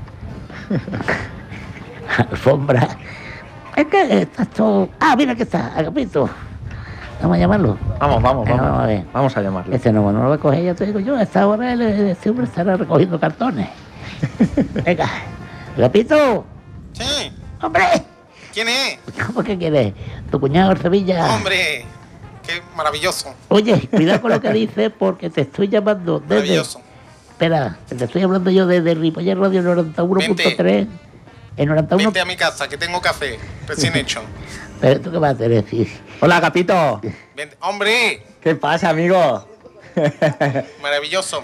A: Alfombra. Es que está todo... Ah, mira que está, Agapito. Vamos a llamarlo.
C: Vamos, vamos,
A: Venga, vamos a ver.
C: vamos. Vamos a llamarlo.
A: Este no, no lo coge ya, te digo yo. A esta hora el- este hombre estará recogiendo cartones. Venga, Agapito,
E: Sí,
A: hombre.
E: ¿quién es?
A: ¿Cómo que quieres? Tu cuñado Sevilla.
E: Hombre, qué maravilloso,
A: Oye, cuidado con lo que dices porque te estoy llamando desde...
E: maravilloso.
A: Espera, que te estoy hablando yo desde Ripollet Radio 91.3. En 91...
E: Vente a mi casa, que tengo café recién hecho.
A: Pero tú qué vas a hacer, es decir,
C: Hola, Capito.
E: Vente- Hombre,
C: ¿Qué pasa, amigo?
E: maravilloso,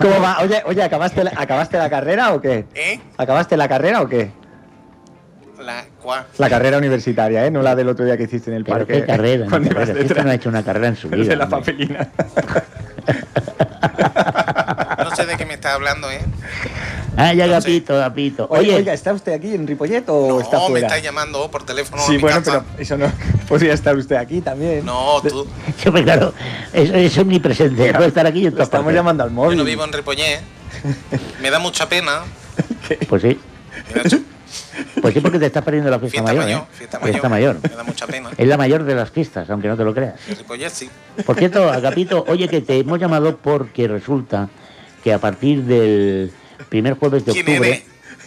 C: ¿Cómo va? Oye, oye, ¿acabaste la, ¿acabaste la carrera o qué?
E: ¿eh?
C: ¿Acabaste la carrera o qué?
E: La cua.
C: La carrera universitaria, ¿eh? No la del otro día que hiciste en el
A: Pero
C: parque.
A: qué carrera, no,
C: Cuando
A: carrera.
C: ibas
A: Si Este
C: detrás
A: no ha hecho una carrera en su vida.
C: de la
A: hombre.
C: papelina.
E: No sé de qué me estás hablando, ¿eh?
A: Ah, ya, Gapito, Gapito.
C: Oye,
A: Oye,
C: oiga, ¿está usted aquí en Ripollet o está
E: no, me
C: fuera?
E: estás llamando por teléfono a
C: Sí,
E: mi
C: bueno,
E: casa.
C: pero eso no. Podría estar usted aquí también.
E: No, tú,
A: yo me claro, eso es omnipresente. Puede estar aquí y en
C: Lo
A: todas
C: estamos
A: partes.
C: llamando al móvil.
E: yo no vivo en Ripollet. Me da mucha pena.
A: Pues sí.
E: Me da, chu-
A: Pues sí, porque te estás perdiendo la fiesta,
E: Fiesta
A: mayor.
E: mayor,
A: ¿eh?
E: fiesta mayor.
A: Fiesta mayor.
E: Me da mucha pena.
A: Es la mayor de las fiestas, aunque no te lo creas.
E: Ripollet sí.
A: Por cierto, Agapito, oye que te hemos llamado porque resulta que a partir del primer jueves de
E: ¿Quién
A: octubre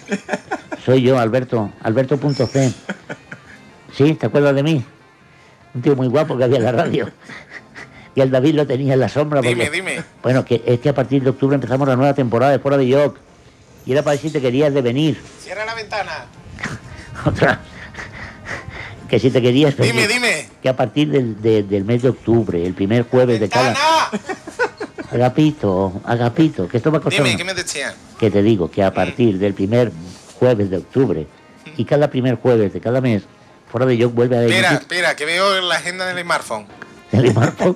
E: eres?
A: soy yo, Alberto, alberto.c. ¿Sí? ¿Te acuerdas de mí? Un tío muy guapo que había en la radio. Y el David lo tenía en la sombra.
E: Dime,
A: porque-
E: dime.
A: Bueno, que es que a partir de octubre empezamos la nueva temporada de Fuera de York. Y era para decir que querías de venir.
E: Cierra la ventana.
A: Otra. Que si te querías venir.
E: Dime, dime.
A: Que a partir del, de- del mes de octubre, el primer jueves de cada...
E: ¡Ventana!
A: Agapito, Agapito, que esto va a costar.
E: Dime,
A: una-
E: ¿qué me decían?
A: Que te digo que a partir del primer jueves de octubre y cada primer jueves de cada mes, fuera de yo vuelve a
E: Espera,
A: emitir
E: espera, que veo la agenda del smartphone.
A: el imarfo.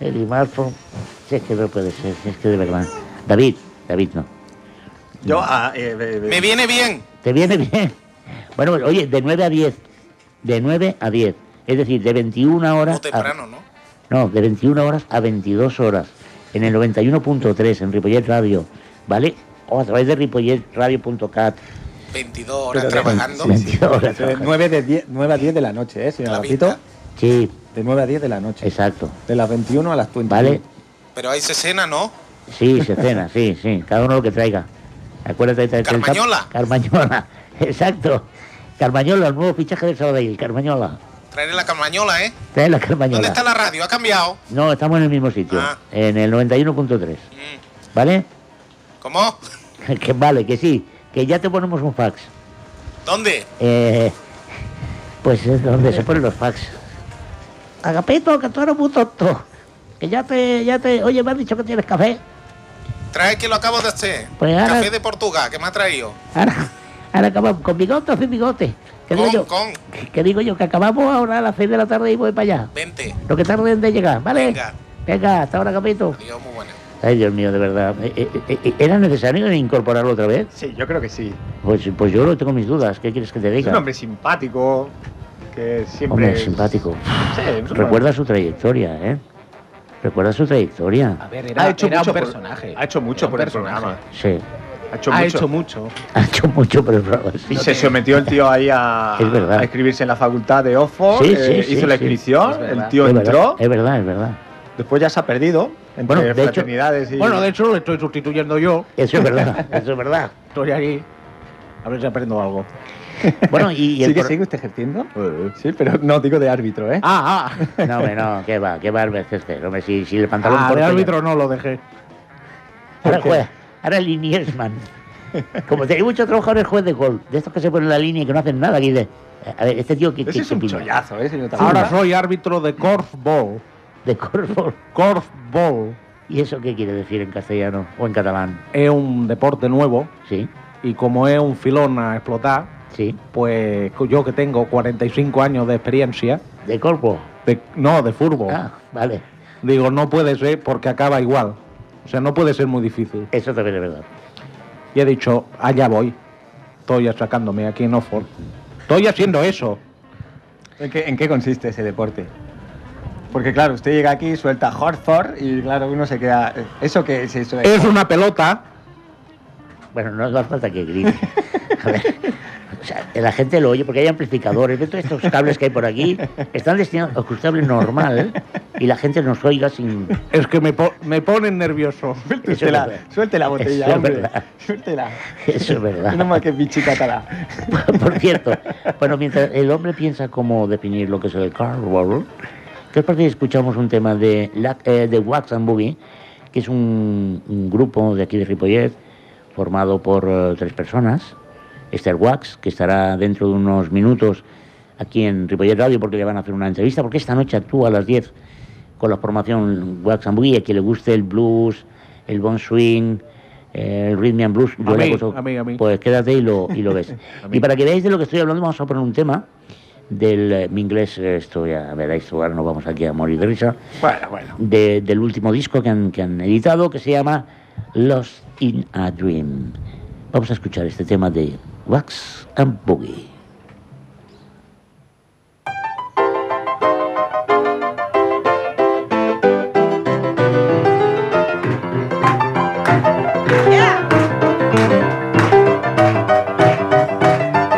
A: El imarfo. Si es que no puede ser, si es que de verdad. David, David no.
C: Yo, ah, eh, eh,
E: Me viene bien.
A: ¿Te viene bien? Bueno, oye, de 9 a 10. De 9 a 10. Es decir, de 21 horas.
E: O
A: a-
E: temprano, ¿no?
A: No, de 21 horas a 22 horas. En el 91.3, en Ripollet Radio, ¿vale? O a través de ripolletradio.cat.
E: 22 horas
F: Pero-
E: trabajando.
F: Sí, sí.
A: 22 horas.
F: De 9, de 10, 9 a 10 de la noche, ¿eh, señor
E: La
F: Agapito?
E: vista.
A: Sí,
F: De 9 a 10 de la noche.
A: exacto.
F: De las 21 a las 21.
A: ¿Vale?
E: Pero hay cena, ¿no?
A: Sí, se cena, sí, sí. Cada uno lo que traiga. Acuérdate de traer el cap-
E: Carmañola.
A: Carmañola, exacto. Carmañola, el nuevo fichaje del Sabadell, Carmañola.
E: Traeré la carmañola, ¿eh?
A: Trae la Carmañola.
E: ¿Dónde está la radio? ¿Ha cambiado?
A: No, estamos en el mismo sitio,
E: Ah.
A: en el 91.3,
E: Mm.
A: ¿vale?
E: ¿Cómo?
A: Que vale, que sí, que ya te ponemos un fax.
E: ¿Dónde?
A: Eh, pues es donde se ponen los fax. Agapito, que tú eres muy tonto. Que ya te, ya te... Oye, me han dicho que tienes café.
E: Trae que lo acabo de hacer.
A: Pues ahora-
E: Café de Portugal, que me ha traído.
A: Ahora, ahora acabamos con bigote o sin bigote. ¿Qué digo
E: Con,
A: yo?
E: con.
A: Que- Que digo yo, que acabamos ahora a las 6 de la tarde y voy para allá.
E: Vente.
A: Lo que tarden de llegar, ¿vale?
E: Venga.
A: Venga, hasta ahora, Agapito.
E: Dios, muy buena.
A: Ay, Dios mío, de verdad. Eh, eh, eh, ¿Era necesario incorporarlo otra vez?
C: Sí, yo creo que sí.
A: Pues, pues yo no tengo mis dudas. ¿Qué quieres que te
C: Es
A: diga?
C: un hombre simpático, que siempre...
A: Hombre, simpático.
C: Sí, es un hombre-
A: Recuerda su trayectoria, ¿eh? Recuerda su
F: A
A: trayectoria.
F: ver, era,
D: Ha hecho
F: era
D: mucho
F: un
D: por-
F: personaje.
C: Ha hecho mucho
F: Era un
C: por el
F: personaje.
C: programa.
A: Sí.
C: Ha hecho
D: ha
C: mucho.
D: hecho mucho.
A: Ha hecho mucho, pero bravo, sí.
C: Y se sometió el tío ahí a,
A: Es verdad.
C: a inscribirse en la facultad de Oxford,
A: Sí,
C: eh,
A: sí,
C: hizo
A: sí,
C: la
A: sí.
C: inscripción,
F: Es verdad.
C: el tío
A: es
C: entró,
A: verdad, es verdad, es verdad.
C: después ya se ha perdido entre
A: Bueno, de hecho-
C: fraternidades y...
D: Bueno, de hecho, lo estoy sustituyendo yo.
A: Eso es verdad, eso es verdad.
D: Estoy ahí. A ver si aprendo algo.
A: Bueno, y, y el
F: ¿Sigue,
A: pro-
F: sigue usted ejerciendo? Sí, pero no digo de árbitro, ¿eh?
D: Ah, ah.
A: No, hombre, no, que va, que va el este. Hombre, si, si el pantalón
D: Ah, de
A: corto ya-
D: árbitro no lo dejé.
A: Ahora
F: ¿Por qué?
A: juega, ahora el Iniesman. Como tenéis mucho trabajo, ahora es juez de gol. De estos que se ponen en la línea y que no hacen nada. Que dice, a ver, este tío que.
C: Ese es un
F: Chollazo, ¿eh, señor Tabarra?
D: Ahora soy árbitro de corfball.
A: De corfball.
D: Corfball
A: ¿Y eso qué quiere decir en castellano o en catalán?
D: es un deporte nuevo
A: Sí,
D: y como es un filón a explotar,
A: sí.
D: pues yo que tengo 45 años de experiencia,
A: De corpo.
D: de- no, de fútbol,
A: Ah, vale.
D: digo, no puede ser porque acaba igual. O sea, no puede ser muy difícil.
A: Eso también es verdad.
D: Y he dicho, allá voy. Estoy achacándome aquí en Oxford. Estoy haciendo eso.
F: ¿En qué, en qué consiste ese deporte?
C: Porque claro, usted llega aquí, suelta Horford y claro, uno se queda...
F: ¿Eso qué es eso? de-
C: eh,
D: Es una pelota.
A: Bueno, no hace falta que grite. A ver, o sea, la gente lo oye porque hay amplificadores. Ve todos estos cables que hay por aquí están destinados a cable normal y la gente nos oiga sin.
D: Es que me, po- me ponen nervioso.
F: Suelte
A: Eso
F: usted
A: es
F: la,
A: verdad.
F: suelte la botella,
A: Eso es
F: hombre.
A: verdad.
F: Suéltela.
A: Eso es verdad.
F: Menos mal que es bichi catalá.
A: Por cierto, bueno, mientras el hombre piensa cómo definir lo que es el carnaval, ¿qué os parece si escuchamos un tema de, la- eh, de Wax and Boogie, que es un, un grupo de aquí de Ripollet, formado por eh, tres personas? Esther Wax, que estará dentro de unos minutos aquí en Ripollet Radio, porque le van a hacer una entrevista, porque esta noche actúa a las 10 con la formación Wax and Boogie, a quien le guste el blues, el bon swing, eh, el rhythm and blues,
D: A
A: le
D: mí,
A: aconsejo-
D: a mí, a mí.
A: pues quédate y lo, y lo ves. y para que veáis de lo que estoy hablando, vamos a poner un tema del eh, mi inglés, eh, esto ya veréis, ahora nos vamos aquí a morir de risa,
F: Bueno, bueno.
A: de- del último disco que han, que han editado que se llama Lost in a Dream. Vamos a escuchar este tema de Wax and Boogie.
G: Lost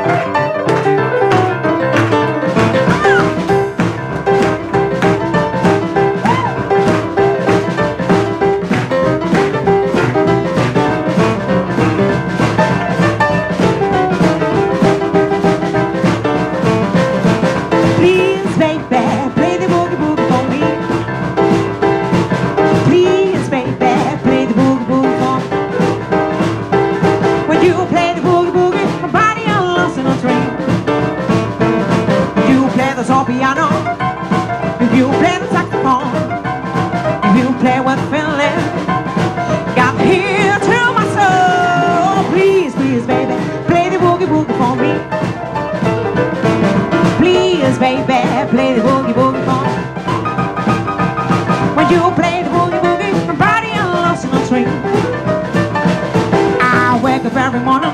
G: marijuana.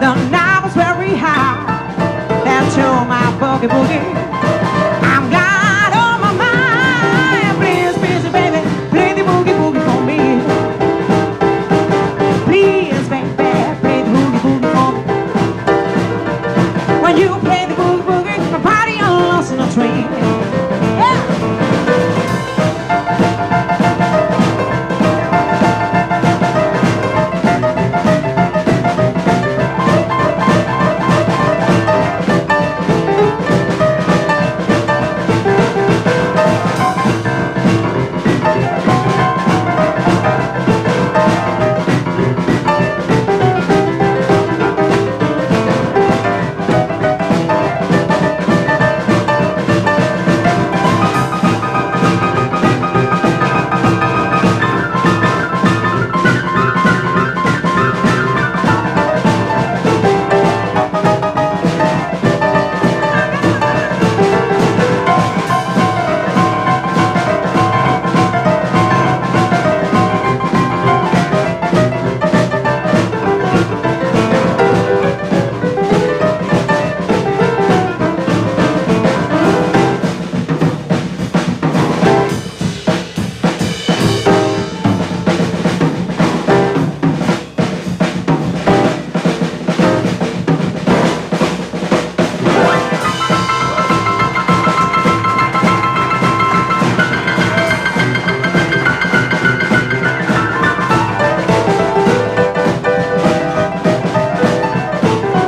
G: The night was very high. That's all my boogie boogie. I'm glad on my mind. Please, please, baby, play the boogie boogie for me. Please, baby, play the boogie boogie for me. When you play the boogie boogie, my party I'm lost in a tree. Yeah.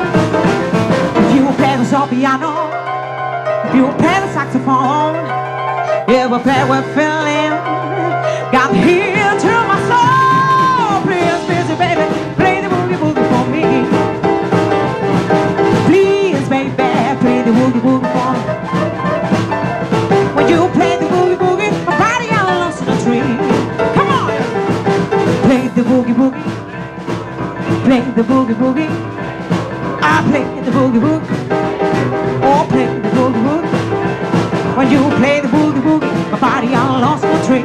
G: If you play the soft piano, if you play the saxophone, if you play with feeling, got here to my soul. Please, please, baby, play the boogie boogie for me. Please, baby, play the boogie boogie for me. When you play the boogie boogie, my body I lost in a tree. Come on, play the boogie boogie, play the boogie boogie. I play the boogie boog, oh play the boogie boog. When you play the boogie boogie, my body all lost the trick.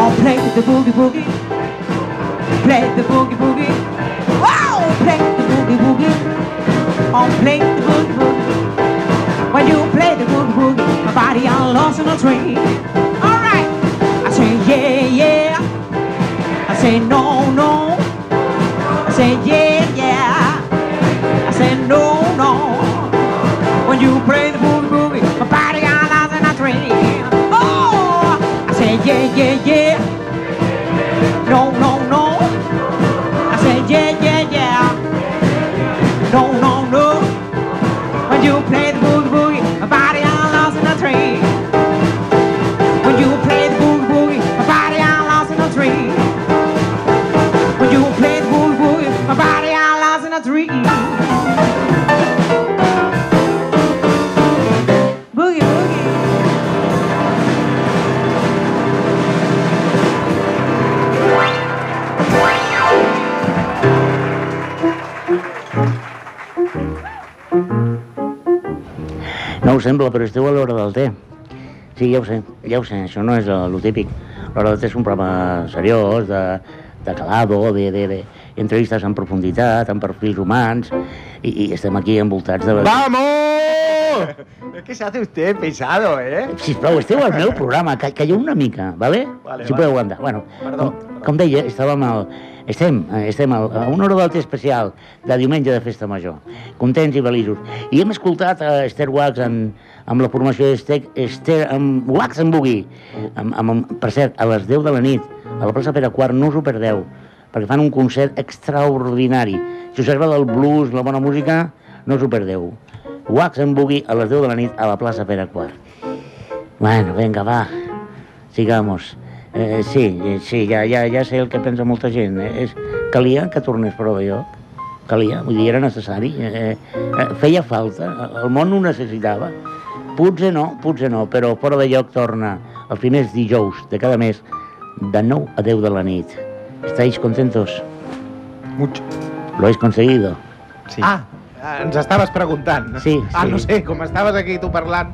G: Oh play the boogie boogie, play the boogie boogie. Wow, play the boogie boogie, oh play the boogie boogie. When you play the boogie boogie, my body all lost in a tree. All right, I say yeah yeah, I say no no. I say yeah, yeah. I say no, no. When you play the boogie boogie, my body got lost in a dream. Oh, I say yeah, yeah, yeah. No, no, no. I say yeah, yeah, yeah. No, no, no. When you play the boogie boogie, my body got lost in a dream. When you play the boogie boogie, my body got lost in a dream. When you play the boogie boogie, my body I lost in a dream. Boogie boogie.
A: No ho sembla, però esteu a l'hora del té. Sí, ja ho sé, ja ho sé, això no és el, el típic. L'hora del té és un programa seriós, de, de calado, de, de, de entrevistes en profunditat, amb perfils humans, i, i estem aquí envoltats de...
C: ¡Vamos!
F: Es que se hace usted pesado, ¿eh?
A: Sisplau, esteu al meu programa, ca- calleu una mica, vale?
C: Vale,
A: si
C: vale.
A: podeu aguantar. Bueno,
C: Perdó,
A: com, com deia, estàvem al, estem, eh, estem al, a una hora d'alta especial de diumenge de Festa Major. Contents i feliços. I hem escoltat a Esther Wax en, amb la formació d'Esther Esther, amb Wax en Boogie. Amb, amb, amb, per cert, a les 10 de la nit, a la plaça Pere IV, no us ho perdeu, perquè fan un concert extraordinari. Si us agrada el blues, la bona música, no us ho perdeu. Wax en Boogie a les 10 de la nit a la plaça Pere IV. Bueno, venga, va. Sigamos. Eh, sí, eh, sí, ja, ja, ja sé el que pensa molta gent. Eh, és, calia que tornés per jo. Calia, vull dir, era necessari. Eh, eh, feia falta, el món ho necessitava. Potser no, potser no, però Fora de Lloc torna els primers dijous de cada mes de 9 a 10 de la nit. ¿Estáis contentos?
D: Mucho.
A: Lo habéis conseguido.
F: Sí.
D: Ah, ens estaves preguntant.
A: Sí,
D: Ah,
A: sí.
D: no sé, com estaves aquí tu parlant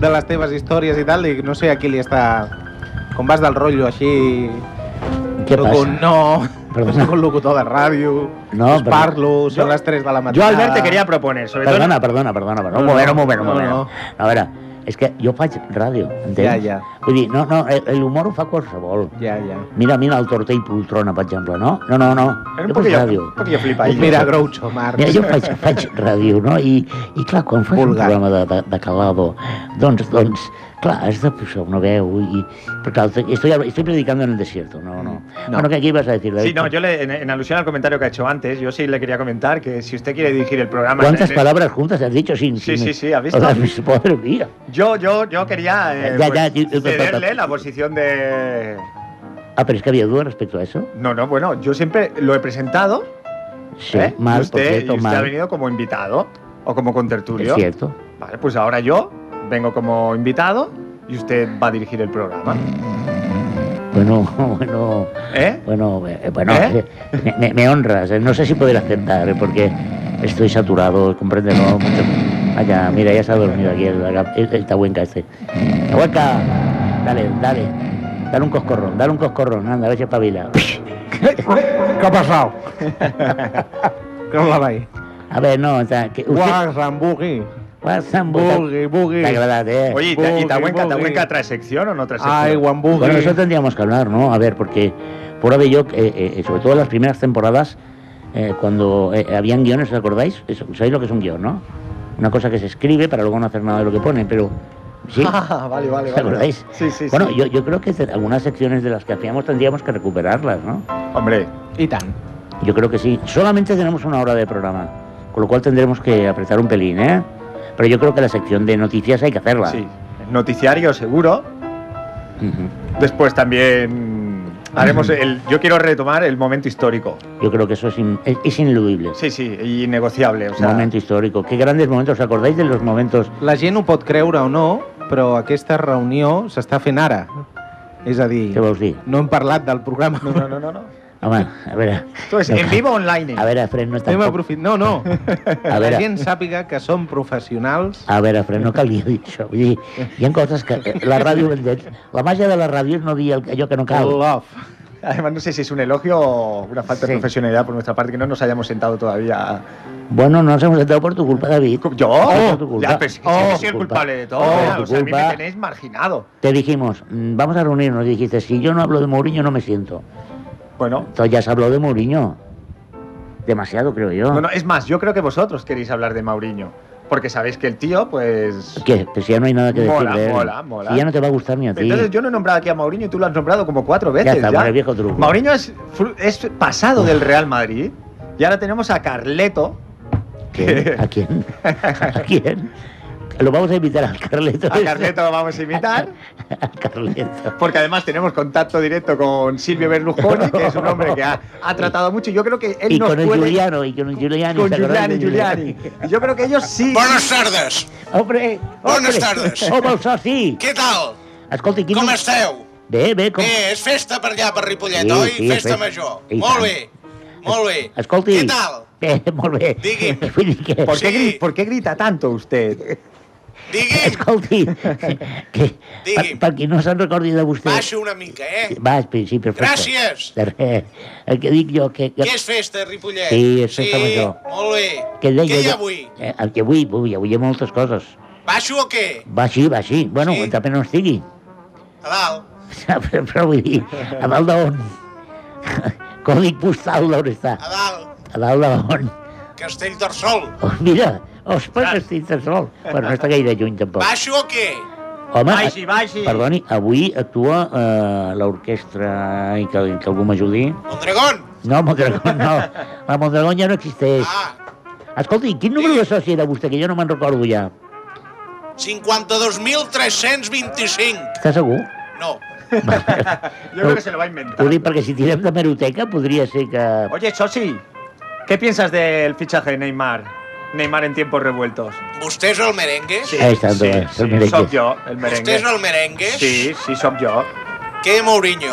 D: de les teves històries i tal, dic, no sé a qui li està... Com vas del rotllo així...
A: Què
D: no,
A: passa?
D: con- No,
A: Perdona.
D: Soc un locutor de ràdio,
A: No,
D: us
A: però-
D: parlo, són les 3 de la
C: Jo,
D: matinada...
C: Albert, te quería proponer, sobre todo...
A: Perdona, perdona, perdona, perdona.
D: No,
A: Un moment, un moment, un
D: no,
A: moment.
D: no.
A: A veure, és que jo faig ràdio, entens?
D: Ja, ja.
A: Vull dir, no, no, eh, l'humor ho fa qualsevol.
D: Ja, ja.
A: Mira, mira el Tortell Poltrona, per exemple, no? No, no, no.
C: Era
A: jo
C: un
A: faig
C: poquillo,
A: ràdio.
C: un poquillo flipadillo.
D: Mira, Groucho Marx.
A: Mira, jo faig, faig ràdio, no? I, I clar, quan fas
D: Vulgar.
A: un programa de, de, de calado, doncs, doncs, clar, has de posar una veu i... Perquè clar, estoy, estoy predicando en el desierto, no, no.
D: No.
A: Bueno, ¿qué, ¿qué ibas a decir, David?
C: Sí, no, yo le- en, en alusión al comentario que ha hecho antes, yo sí le quería comentar que si usted quiere dirigir el programa...
A: ¿Cuántas
C: eh,
A: palabras juntas has dicho sin...?
C: Sí,
A: sin-
C: sí, sí, ¿has visto?
A: Madre mía, Madre mía.
C: Yo, yo, yo quería eh,
A: Ya, ya,
C: pues,
A: y- y-
C: cederle la posición de...
A: Ah, pero es que había dudas respecto a eso.
C: No, no, bueno, yo siempre lo he presentado,
A: Sí,
C: ¿eh? y
A: mal,
C: usted,
A: por
C: y
A: cierto,
C: usted ha
A: mal.
C: venido como invitado o como
A: Es
C: contertulio.
A: cierto.
C: Vale, pues ahora yo vengo como invitado y usted va a dirigir el programa.
A: Bueno, bueno,
C: ¿Eh?
A: bueno, eh, bueno,
C: ¿Eh?
A: eh, me- me, me honras. eh, No sé si poder aceptar, eh, porque estoy saturado, comprende, no, mucho. Vaya, mira, ya se ha dormido aquí el, el, el Tahuenca este. Tahuenca, dale, dale, dale un coscorrón, dale un coscorrón, anda, a ver si espabila.
D: Què ha passat? Què hablava ahí?
A: A ver, no, o sea, que usted...
D: Guasan, bugui,
A: Guasam,
D: bugui, bugui.
A: Te agrada, eh.
C: Oye, ¿y Ta- ¿y Tahuenca, Tahuenca trae sección o no trae sección?
D: Ai, guambugui.
A: Bueno, eso tendríamos que hablar, ¿no? A ver, porque por yo, eh, eh, sobre todo en las primeras temporadas, eh, cuando eh, habían guiones, ¿os acordáis? Eso, Sabéis lo que es un guión, ¿no? Una cosa que se escribe para luego no hacer nada de lo que pone, pero... Sí,
C: Ah, vale, vale,
A: ¿os
C: vale.
A: acordáis?
C: Sí, sí,
A: bueno,
C: sí.
A: Yo, yo creo que te- algunas secciones de las que hacíamos tendríamos que recuperarlas, ¿no?
C: Hombre,
D: I tant.
A: Yo creo que sí. Solamente tenemos una hora de programa, con lo cual tendremos que apretar un pelín, ¿eh? Pero yo creo que la sección de noticias hay que hacerla.
C: sí. Noticiario seguro.
A: Ujú.
C: Después también haremos el. Yo quiero retomar el momento histórico.
A: Yo creo que eso es, in- es- es ineludible.
C: Sí, sí, y negociable. O sea,
A: Momento histórico. Qué grandes momentos. ¿Os acordáis de los momentos?
D: La gent ho pot creure o no, però aquesta reunió s'està fent ara. És a dir,
A: ¿Qué vos di?
D: no hem parlat del programa.
C: No, no, no, no. no.
A: Home, a ver,
C: Esto es en vivo o online.
A: A ver, Fred, no
D: Hem
A: tampoc...
D: aprofit... No, no.
A: A
D: la
A: veure.
D: gent sàpiga que som professionals.
A: A veure, Fred, no calia dir això. Vull dir, hi ha coses que... eh, La ràdio... La màgia de la ràdio és no dir el- allò que no cal.
C: Oh.
D: Love.
C: Además, no sé si es un elogio o una falta
A: Sí.
C: de profesionalidad por nuestra parte que no nos hayamos sentado todavía.
A: Bueno, no ens hem sentado por tu culpa, David.
C: ¿Yo?
A: Por Oh, tu culpa.
C: Ya, pero es que
A: Por
C: yo
A: tu
C: soy el
A: culpa.
C: culpable de todo.
A: Por
C: ¿verdad?
A: tu
C: o sea, a mí me
A: culpa.
C: tenéis marginado.
A: Te dijimos, mm, vamos a reunirnos. Y dijiste, si yo no hablo de Mourinho, no me siento.
C: Bueno.
A: Entonces ya se habló de Mourinho. Demasiado, creo yo.
C: No, no, es más, yo creo que vosotros queréis hablar de Mauriño. Porque sabéis que el tío, pues.
A: ¿Qué? Pues si ya no hay nada que decir
C: Mola,
A: de él.
C: mola, mola.
A: Si ya no te va a gustar ni a ti.
C: Entonces yo no he nombrado aquí a Mauriño y tú lo has nombrado como cuatro veces.
A: está, con el viejo truco.
C: Mauriño es, fru- es pasado del Real Madrid y ahora tenemos a Carleto.
A: ¿Quién? ¿A quién? ¿A quién? Lo vamos a invitar al Carleto.
C: A Carleto lo vamos a imitar.
A: Al Carleto.
C: Porque además tenemos contacto directo con Silvio Berlusconi, que es un hombre que ha, ha tratado mucho. Yo creo que él
A: Y
C: nos
A: con el
C: puede-
A: Giuliano, y con el Giuliano.
C: Con Giuliani, Giuliani. Y Yo creo que ellos sí.
E: Buenas tardes.
A: Hombre,
E: Bones
A: hombre. Oh,
E: tardes.
A: Home, el soci.
E: Què tal?
A: Escolta, quin...
E: Com esteu?
A: Bé, bé, com...
E: Bé, és festa per allà, per Ripollet,
A: Sí,
E: oi?
A: sí, és
E: festa
A: festa.
E: major.
A: I
E: molt
A: tant.
E: bé, molt bé.
A: Escolti...
E: Què tal?
A: Bé, molt bé.
E: Digui.
A: Vull dir que...
C: ¿Por qué,
E: Sí.
C: gri- por qué grita tanto usted?
E: Digui'm,
A: Escolti, que... Per,
E: Digui.
A: per qui no se'n recordi de vostè...
E: baixa una mica, eh?
A: Va, sí, perfecte.
E: Gràcies.
A: De res. El que dic jo, que...
E: Què és festa, Ripollet?
A: Sí, és festa major.
E: molt bé.
A: que deia
E: Què hi
A: jo-
E: ha avui?
A: Eh, el que avui, avui, avui hi ha moltes coses.
E: Baixo o què?
A: Va així, va així. Bueno,
E: Sí.
A: sí. també no estigui.
E: A dalt?
A: però, però vull dir, a dalt d'on? Còdic postal d'on està?
E: A dalt?
A: A dalt d'on?
E: Castell d'Orsol?
A: Oh, mira, ostres, estic de sol. Bueno, no està gaire lluny, tampoc.
E: Baixo o què?
A: Home,
C: Baixi, baixi.
A: perdoni, avui actua eh, l'orquestra eh, i que, que algú m'ajudi.
E: Mondragón?
A: No, Mondragón no. La Mondragón ja no existeix.
E: Ah,
A: Escolti, quin número de soci era vostè, que jo no me'n recordo ja?
E: 52.325.
A: Està segur?
E: No.
C: Yo creo que se lo va a inventar.
A: Ho dic perquè si tirem de meroteca podria ser que...
C: Oye, Chosi, ¿qué piensas del fichaje de Neymar? Neymar en tiempos revueltos.
E: Vostè és el merengue?
A: Sí, Ahí está, Antonio, el merengue.
C: soc jo, el
E: Vostè
C: merengue.
E: és el merengue?
C: Sí, sí, soc jo.
E: Què, Mourinho?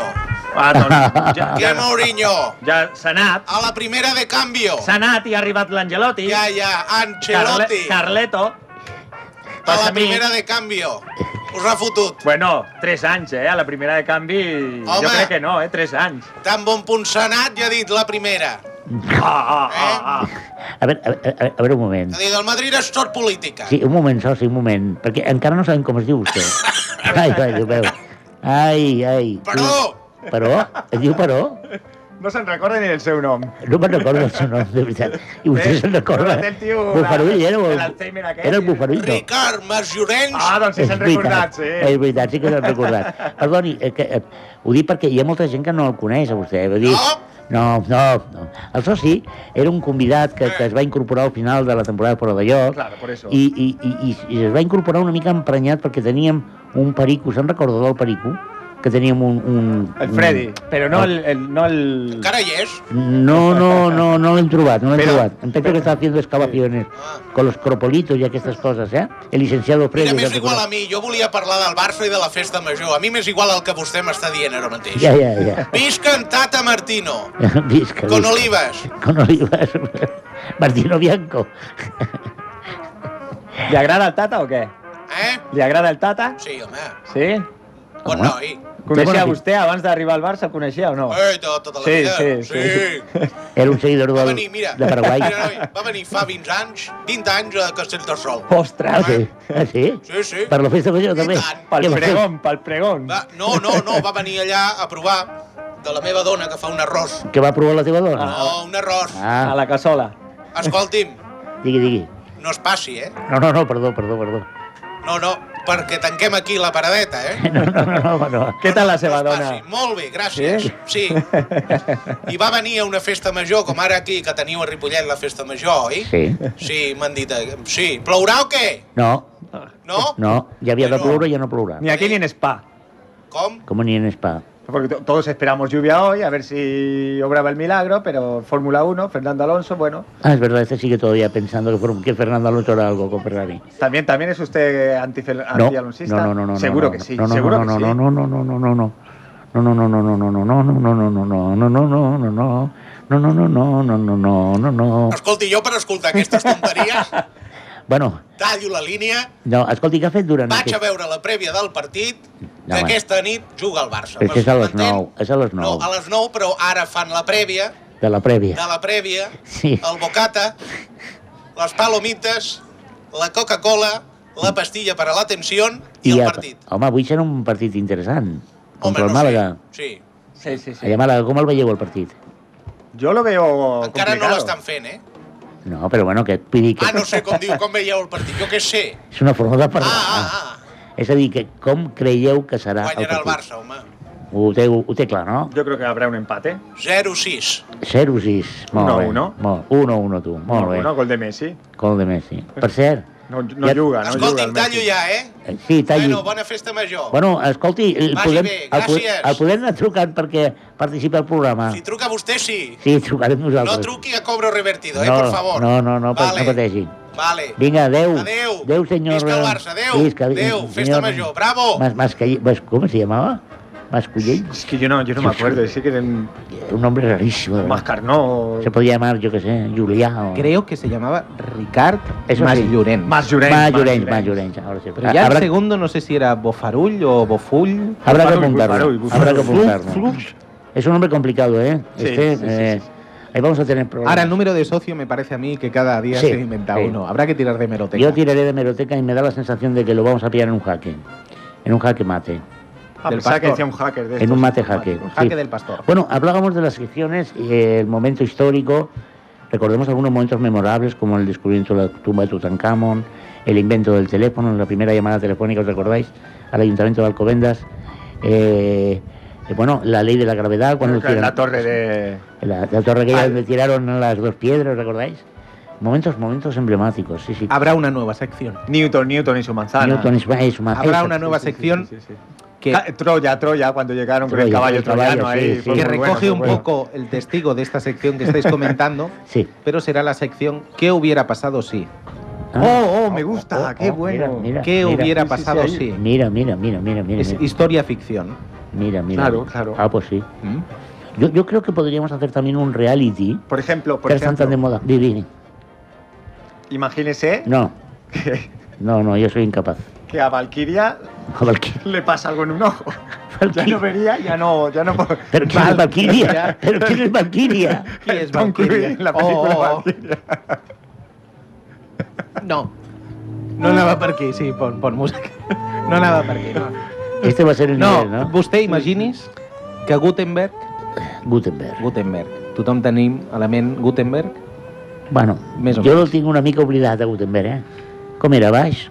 C: Ah, doncs, ja,
E: Què,
C: ja,
E: Mourinho?
C: ja s'ha anat.
E: A la primera de canvio.
C: S'ha anat i ha arribat l'Angelotti.
E: Ja, ja,
C: Carle-
E: Ancelotti.
C: Carleto.
E: A
C: passa a
E: la
C: mi...
E: primera de cambio. Us ha fotut.
C: Bueno, 3 anys, eh? A la primera de canvi
E: Home.
C: jo crec que no, eh? 3 anys.
E: Tan bon punt s'ha anat, ja ha dit la primera.
C: Ah, ah,
E: Eh?
C: ah, ah.
A: A veure, a, veure- a, veure- a veure un moment.
E: Ha dit, el Madrid és tot política.
A: Sí, un moment, soci, un moment. Perquè encara no sabem com es diu vostè. Ai, ai, Déu meu. Ai, ai.
E: Perdó!
A: Però? Es diu però?
C: No se'n recorda ni el seu nom.
A: No me'n recordo el seu nom, de veritat. I vostè
C: Eh,
A: se'n recorda?
C: no, té el tio,
A: Bufarull,
C: la-
A: era? o-
C: l'Alzheimer eh? aquell.
A: Era el Bufarull, no?
E: Ricard Mas Llorenç.
C: Ah, doncs sí, eh. s'han
A: És veritat,
C: recordat, sí.
A: És veritat, sí que s'han recordat. Perdoni, eh, que, eh, ho dic perquè hi ha molta gent que no el coneix, a vostè. eh? Vull dir,
E: No.
A: no, no, no. El soci era un convidat que, que es va incorporar al final de la temporada fora de lloc
C: Eh. Claro, por eso.
A: i, i, i, i, i es va incorporar una mica emprenyat perquè teníem un perico, se'n recorda del perico? Que teníem un... un
C: El Freddy. Però
A: Ah.
C: no el... el, no el...
E: Encara hi és.
A: un- no, no, no, no l'hem trobat, no l'hem
C: Però-
A: trobat. Em penso que estava fent excavaciones con los cropolitos i aquestes coses, eh? El licenciado Freddy...
E: Ah. Mira,
A: que
E: m'és
A: el
E: igual
A: recorda-
E: a mi. Jo volia parlar del Barça i de la festa major. A mi m'és igual el que vostè m'està dient ara mateix.
A: Ja, ja, ja.
E: Visca en Tata Martino.
A: Visca, visca.
E: Con olives.
A: Con olivas. Martino Bianco.
C: Li agrada el Tata o què?
E: Eh?
C: Li agrada el Tata?
E: Sí, home.
C: Sí?
E: Bon
A: Home.
E: noi.
C: Coneixia
A: Té bona
C: vostè abans d'arribar al Barça, el coneixia o no?
E: Eh, de tota la
C: Sí,
E: vida.
C: sí,
E: sí.
A: Era un seguidor
E: Va
A: del,
E: venir, mira,
A: de Paraguai.
E: mira, noi, va venir fa 20 anys, 20 anys a Castell de Sol.
A: Ah,
C: Ostres!
A: sí? Ah, sí?
E: Sí, sí.
A: Per la festa major,
E: I
A: també?
E: tant.
C: Pel
A: Què va fer?
C: pregón, pel pregón.
E: Va, no, no, no, va venir allà a provar de la meva dona que fa un arròs.
A: Que va provar la teva dona?
E: No, un arròs.
C: A
A: Ah,
C: la cassola.
E: Escolti'm,
A: digui, digui.
E: no es passi, eh?
A: No, no, no, perdó, perdó, perdó.
E: No, no, perquè tanquem aquí la paradeta, eh?
A: No, no, no, no, no.
C: Què tal la seva
E: Ah, No es
C: dona?
E: passi. Molt bé, gràcies. Sí? I va venir a una festa major, com ara aquí, que teniu a Ripollet la festa major, oi?
A: Sí.
E: Sí, m'han dit... eh, Sí, plourà o què?
A: No,
E: No?
A: no, ja havia de
E: Però-
A: ploure i ja no plourà.
C: Ni aquí ni en Spa.
E: Com?
A: Com ni en spa.
C: Porque to- todos esperamos lluvia hoy, a ver si obraba el milagro, pero Fórmula 1, Fernando Alonso, bueno.
A: Ah, es verdad, este sigue todavía pensando que, fueron- que Fernando Alonso era algo con Ferrari.
C: También, también es usted anti-
A: No,
C: anti-aloncista.
A: no, no, no, no.
C: Seguro
A: no,
C: que sí,
A: no, no,
C: seguro
A: no,
C: que
A: no,
C: sí.
A: no, no, no, no, no, no, no. No, no, no, no, no, no, no, no, no, no, no, no, no, no, no, no, no, no. No, no, no, no, no, no, no, no, no.
E: Escolti, jo per escoltar aquestes tonteries
A: Bueno,
E: tallo la línia,
A: no, escolti, què ha fet durant
E: vaig a
A: aquest...
E: veure la prèvia del partit,
A: No,
E: que aquesta nit juga el Barça.
A: Però és que és a les
E: M'entén?
A: 9, és a les
E: No, a
A: 9
E: les 9, però ara fan la prèvia,
A: de la
E: de
A: prèvia.
E: la prèvia,
A: Sí.
E: el bocata, les palomites, la Coca-Cola, la pastilla per a la tensió i, el
A: ja-
E: partit.
A: Home, avui serà un partit interessant. Contra el
E: no sé.
A: Màlaga.
E: Sí.
C: Sí, sí, sí.
A: Allà a Màlaga, com el veieu el partit?
C: Yo lo veo
E: Encara no
C: complicado.
E: l'estan fent, eh?
A: No, però bueno, que, vull dir que
E: Ah, no sé com diu, com veieu el partit, jo què sé.
A: és una forma de
E: Ah,
A: parlar.
E: ah, ah,
A: És a dir, que com creieu que serà
E: guanyarà el
A: el partit?
E: Barça, home.
A: Ho té, ho té clar, no?
C: Yo creo que habrá un empate.
E: 0-6.
A: 0-6. Molt
C: Uno a
A: bé.
C: uno.
A: Molt. 1-1, tu. Molt bé.
C: Uno, gol de Messi.
A: Gol de Messi. Per cert...
C: No, no
A: Ja-
C: juga, no juga el Messi.
E: Escolti'm, tallo ja, eh?
A: eh, Sí, talli.
E: Bueno, bona festa major.
A: Bueno, escolti, el
E: Vagi
A: podem,
E: bé,
A: el, po-
E: gràcies.
A: el podem anar trucant perquè participa al programa.
E: Si truca vostè, sí.
A: Sí, trucarem nosaltres.
E: No truqui a cobro revertido, eh,
A: No,
E: por favor.
A: no, no, no,
E: vale.
A: no pateixi.
E: Vale.
A: Vinga, adeu.
E: Adeu.
A: Adeu, senyor.
E: Visca el Barça, adeu. Adeu, festa major, bravo.
A: Mas, mas, mas, com se llamava? Mascullell?
C: Es que yo no, yo no me acuerdo. Sí que era un
A: Un nombre rarísimo. de verdad.
C: Mascarnó.
A: Se podía llamar, yo qué sé, Julià o...
F: Creo que se llamaba Ricard
A: Eso
F: Mas
A: sí.
F: Llorenç.
C: Más Llorens.
A: Más
C: más
A: Llorenç,
C: Llorens.
A: más Llorenç, ahora sí.
F: Pero ya
A: Habrá-
F: el segundo no sé si era Bofarull o Bofull.
A: Habrá que
C: Bufarú, Bufarú,
A: apuntarlo.
C: Bufarú.
A: Habrá que
C: Flux,
A: apuntarlo.
C: flux.
A: Es un hombre complicado, ¿eh?
C: Sí,
A: Este,
C: sí, sí,
A: eh,
C: sí,
A: Ahí vamos a tener problemas.
F: Ahora el número de socio me parece a mí que cada día
A: Sí,
F: se inventa
A: sí.
F: uno. Habrá que tirar de meroteca.
A: Yo tiraré de meroteca y me da la sensación de que lo vamos a pillar en un jaque. En un jaque mate.
C: Ah,
F: Del
C: pensaba que
F: Pastor.
C: decía un hacker de
A: En
C: estos.
A: un mate jaque.
F: Un jaque
A: sí.
F: del pastor.
A: Bueno, hablábamos de las secciones, eh, el momento histórico. Recordemos algunos momentos memorables como el descubrimiento de la tumba de Tutankamón, el invento del teléfono, la primera llamada telefónica, ¿os recordáis? Al ayuntamiento de Alcobendas. Eh, eh, bueno, la ley de la gravedad. cuando tiran-
C: La torre de...
A: La, la torre aquella
C: Ah.
A: donde tiraron las dos piedras, ¿recordáis? Momentos, momentos emblemáticos, sí, sí.
F: Habrá una nueva sección.
C: Newton, Newton y su manzana.
A: Newton es, es una...
F: Habrá
A: esa-
F: una nueva
C: Ah, Sí, sí,
F: sección
C: sí, sí, sí.
F: que,
C: Ca- Troya, Troya, cuando llegaron con el
A: Troya,
C: caballo
A: el caballo,
C: troyano ahí.
A: sí,
C: fue
A: sí.
F: que
C: muy bueno,
F: recoge
C: fue
F: un
C: bueno.
F: poco el testigo de esta sección que estáis comentando,
A: Sí.
F: pero será la sección ¿Qué hubiera pasado si?
C: Oh, oh, me gusta, qué bueno.
A: Mira, mira,
F: ¿Qué
A: mira.
F: hubiera
C: Sí, sí, sí,
F: pasado
C: ahí-
F: si?
A: Mira, mira, mira, mira, mira.
F: Es
A: mira.
F: historia ficción.
A: Mira, mira.
C: Claro, claro.
A: Ah, pues sí.
F: ¿Mm?
A: Yo, yo creo que podríamos hacer también un reality.
C: Por ejemplo, por
A: que están tan de
C: ejemplo
A: moda. Vivi.
C: imagínese
A: No.
C: que,
A: No, no, yo soy incapaz.
C: Que a Valkyria
A: A Valky-
C: le pasa algo en un ojo. Ya no vería, ya no. Ya no
A: ¿Pero quién es Valkyria? ¿Pero quién es Valkyria?
D: ¿Quién es
C: Tom Cruise
D: Valkyria?
C: en la película
D: Oh, oh, oh.
C: Valkyria.
D: No. No anava per aquí, sí, pon, pon música. No anava per aquí, no.
A: Este va a ser el
D: No,
A: nivel, ¿no?
D: vostè imagini's que Gutenberg,
A: Gutenberg.
D: Gutenberg, tothom tenim a la ment Gutenberg,
A: Bueno,
D: Més o
A: jo
D: menys.
A: el tinc una mica oblidat, a Gutenberg, eh? Com era, baix?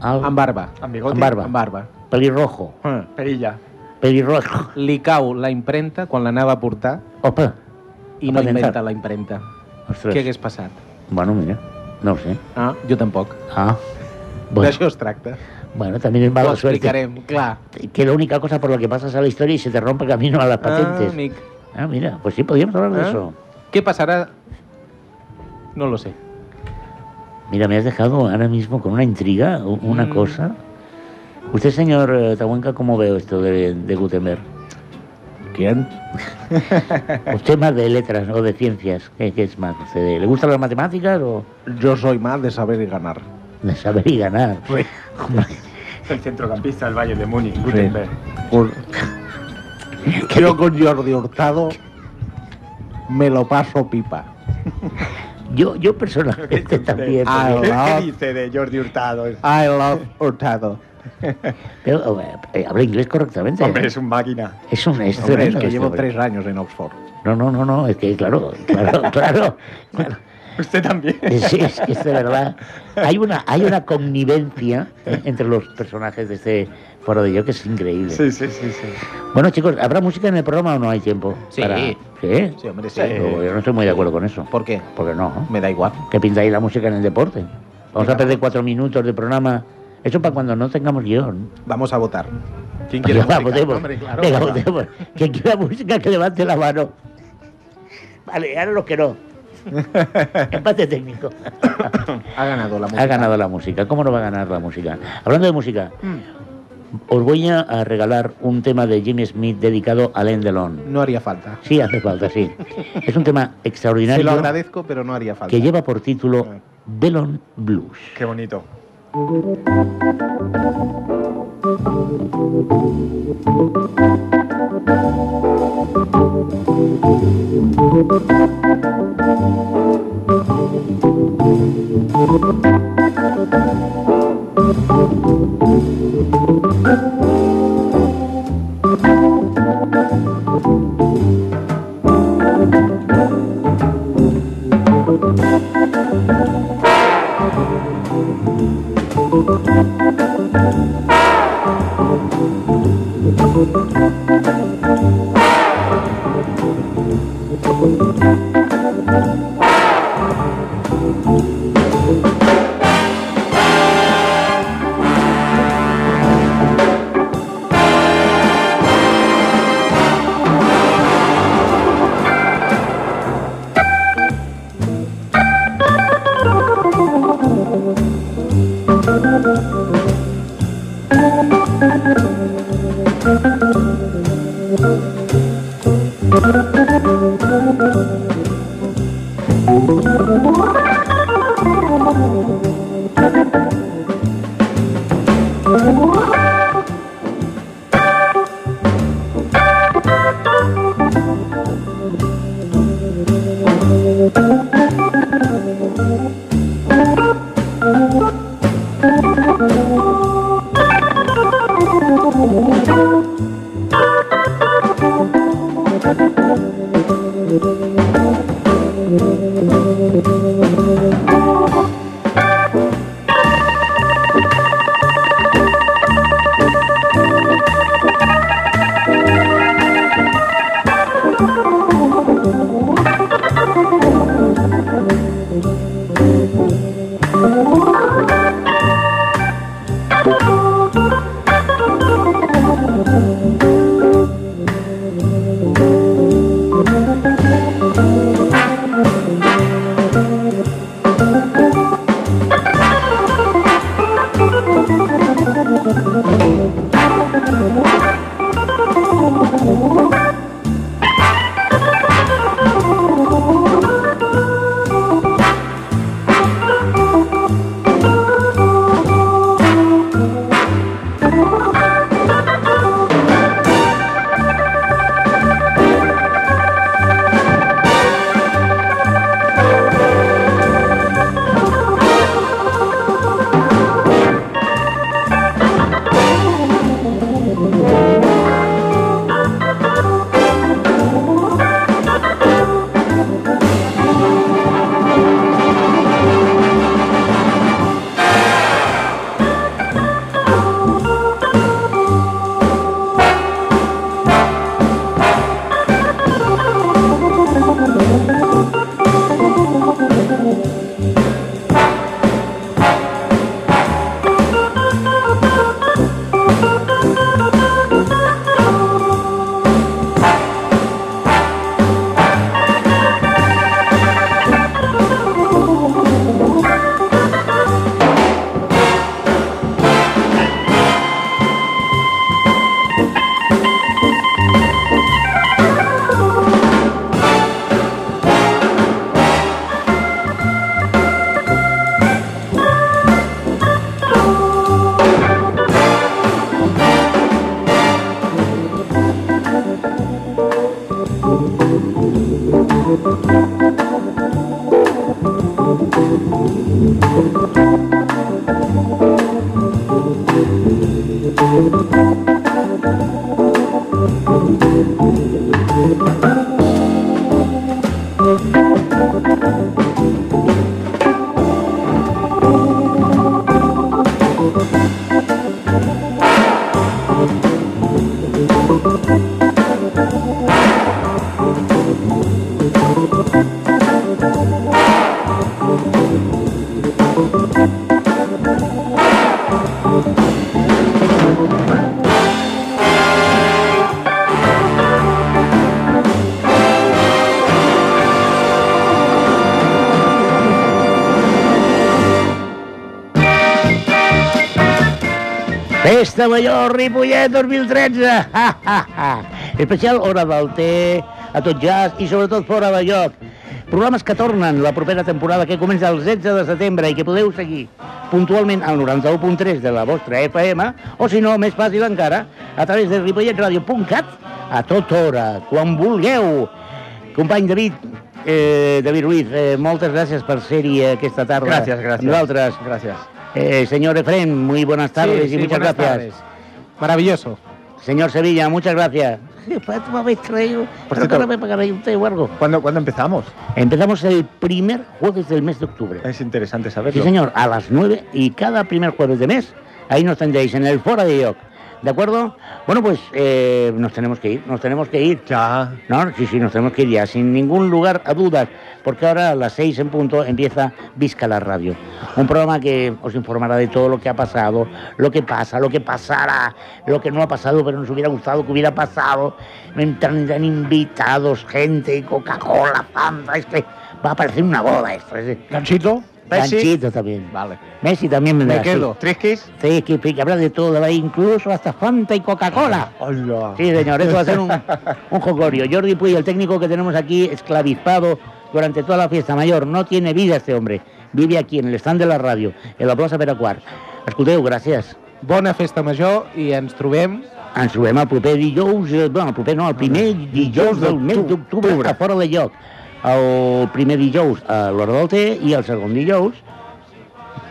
A: Alt,
D: amb barba.
C: Amb bigoti.
A: amb barba.
D: Amb barba.
A: Pelirrojo.
D: Ah.
C: Perilla.
A: Pelirrojo.
D: Li cau la impremta quan l'anava a portar
A: Opa.
D: i
A: A
D: no
A: prendre.
D: inventa la impremta.
A: Ostres.
D: Què hagués passat?
A: Bueno, mira, no ho sé.
D: Ah, jo tampoc.
A: Ah. Bueno,
D: D'això es tracta.
A: bueno, también es
D: Ho
A: mala suerte.
D: explicarem, clar.
A: Que la única cosa por la que pasas a la historia y se te rompe camino a las
D: Ah,
A: patentes.
D: amic.
A: Ah, mira, pues sí, podríamos hablar de
D: Ah.
A: eso.
D: Què passarà? No lo sé.
A: Mira, me has dejado ahora mismo con una intriga, u- una
D: Mm.
A: cosa. Usted, señor eh, Tahuenca, ¿cómo veo esto de, de Gutenberg?
D: ¿Quién?
A: ¿Usted más de letras o de ciencias? ¿Qué, qué es más? ¿Usted ¿Le gustan las matemáticas o
D: Yo soy más de saber y ganar.
A: de saber y ganar?
D: Pues
A: Hombre,
C: El centrocampista del Valle de Múnich, Gutenberg.
D: Con- Pues, Yo con Jordi Hurtado me lo paso pipa.
A: yo, yo personalmente también.
D: Ah,
A: porque-
C: ¿Qué,
D: Ah.
C: qué dice de Jordi Hurtado?
D: I love Hurtado.
A: pero, eh, habla inglés correctamente.
C: Hombre, es un máquina.
A: Es un es
D: Hombre, es
A: tremendo
D: que
A: este
D: llevo
A: hombre.
D: tres años en Oxford.
A: No, no, no, no, es que claro, claro, claro. claro.
C: Usted también.
A: Sí, es que es de verdad. Hay una, hay una connivencia eh, entre los personajes de este foro de yo que es increíble.
C: Sí, sí, sí, sí.
A: Bueno, chicos, ¿habrá música en el programa o no hay tiempo?
D: Sí.
A: ¿Sí? ¿Sí?
D: Sí, hombre, sí.
A: Yo yo no estoy muy de acuerdo con eso.
D: ¿Por qué?
A: Porque no.
D: Me da igual.
A: ¿Qué pinta ahí la música en el deporte? Vamos
D: Venga,
A: a perder cuatro minutos de programa. Eso para cuando no tengamos guión.
D: Vamos a votar. ¿Quién
A: Venga,
D: música?
A: votemos.
D: Hombre, claro,
A: Venga,
D: venga.
A: votemos. Quien quiera música, que levante la mano. Vale, ahora los que no. Empate técnico.
D: Ha ganado la música.
A: Ha ganado la música. ¿Cómo no va a ganar la música? Hablando de música,
D: Mm.
A: os voy a- a regalar un tema de Jimmy Smith dedicado a Alain Delon.
D: No haría falta.
A: Sí, hace falta, sí. Es un tema
D: Se lo
A: extraordinario
D: agradezco, pero no haría falta.
A: que lleva por título Delon Blues.
C: Qué bonito.
H: Thank
A: Festa Major Ripollet 2013! Ha, ha, ha. Especial Hora del Té, a tot jazz i sobretot fora de lloc. Programes que tornen la propera temporada que comença el 16 de setembre i que podeu seguir puntualment al 91.3 de la vostra FM o, si no, més fàcil encara, a través de ripolletradio.cat a tota hora, quan vulgueu. Company David, eh, David Ruiz, eh, moltes gràcies per ser-hi aquesta tarda.
D: Gracias, gracias.
A: amb Nosaltres.
D: Gracias.
A: Eh, señor Efrén, muy buenas tardes y muchas
F: buenas
A: gracias.
F: tardes. Maravilloso.
A: Señor Sevilla, muchas gracias. pues, Tú me habéis traído,
C: Por
A: creo que
C: cierto-
A: ahora me pagaréis un té o algo.
C: ¿Cuándo, cuándo empezamos?
A: Empezamos el primer jueves del mes de octubre.
C: Es interesante
A: Sí,
C: saberlo.
A: señor, a las 9 y cada primer jueves de mes, ahí nos tendréis en el Fora de York. ¿De acuerdo? Bueno, pues eh, nos tenemos que ir, nos tenemos que ir.
C: Ya.
A: No, sí, sí, nos tenemos que ir ya, sin ningún lugar a dudas, porque ahora a las seis en punto empieza Visca la Radio, un programa que os informará de todo lo que ha pasado, lo que pasa, lo que pasará, lo que no ha pasado, pero nos hubiera gustado que hubiera pasado. Tendrán invitados, gente, y Coca-Cola, Fanta, es que va a parecer una boda esto. Es de-
D: Ganchito.
C: Messi.
A: Ganchito también.
D: Vale.
A: Messi también vendrá.
D: Me quedo.
C: ¿Trisquis?
A: Sí, Sí, que, que habrá de todo, ¿verdad? incluso hasta Fanta y Coca-Cola.
C: Hola.
A: Sí, señor, esto va a ser un, un jocorio. Jordi Puy, el técnico que tenemos aquí, esclavizado durante toda la fiesta mayor. No tiene vida este hombre. Vive aquí, en el stand de la ràdio, en la plaça Pere Quart. Escolteu, gràcies.
F: Bona festa major i ens trobem
A: Ens trobem el proper dijous, eh, bueno, el proper no, el primer dijous del mes d'octubre, a fora de lloc. El primer dijous a l'hora del té i el segon dijous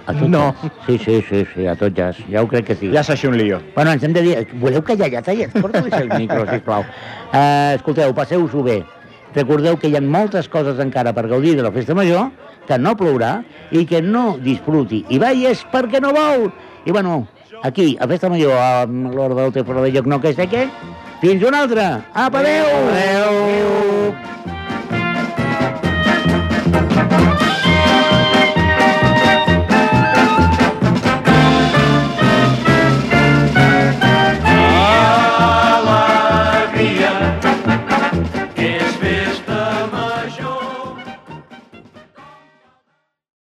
A: a tot
F: No.
A: jazz. Sí, sí, sí, sí, a tot jazz. Ja ho crec que sí.
C: Ya se ha hecho un lío.
A: Bueno, ens hem de dir... Voleu callar ja, tallet? Porta-li el micro, sisplau. Uh, escolteu, passeu-s'ho bé. Recordeu que hi ha moltes coses encara per gaudir de la festa major, que no plourà i que no disfruti. I vaies perquè no vol! I bueno, aquí, a festa major, a l'hora del teu fora de lloc, no que sé què, fins una altra. Apa, adeu! Adeu! adeu.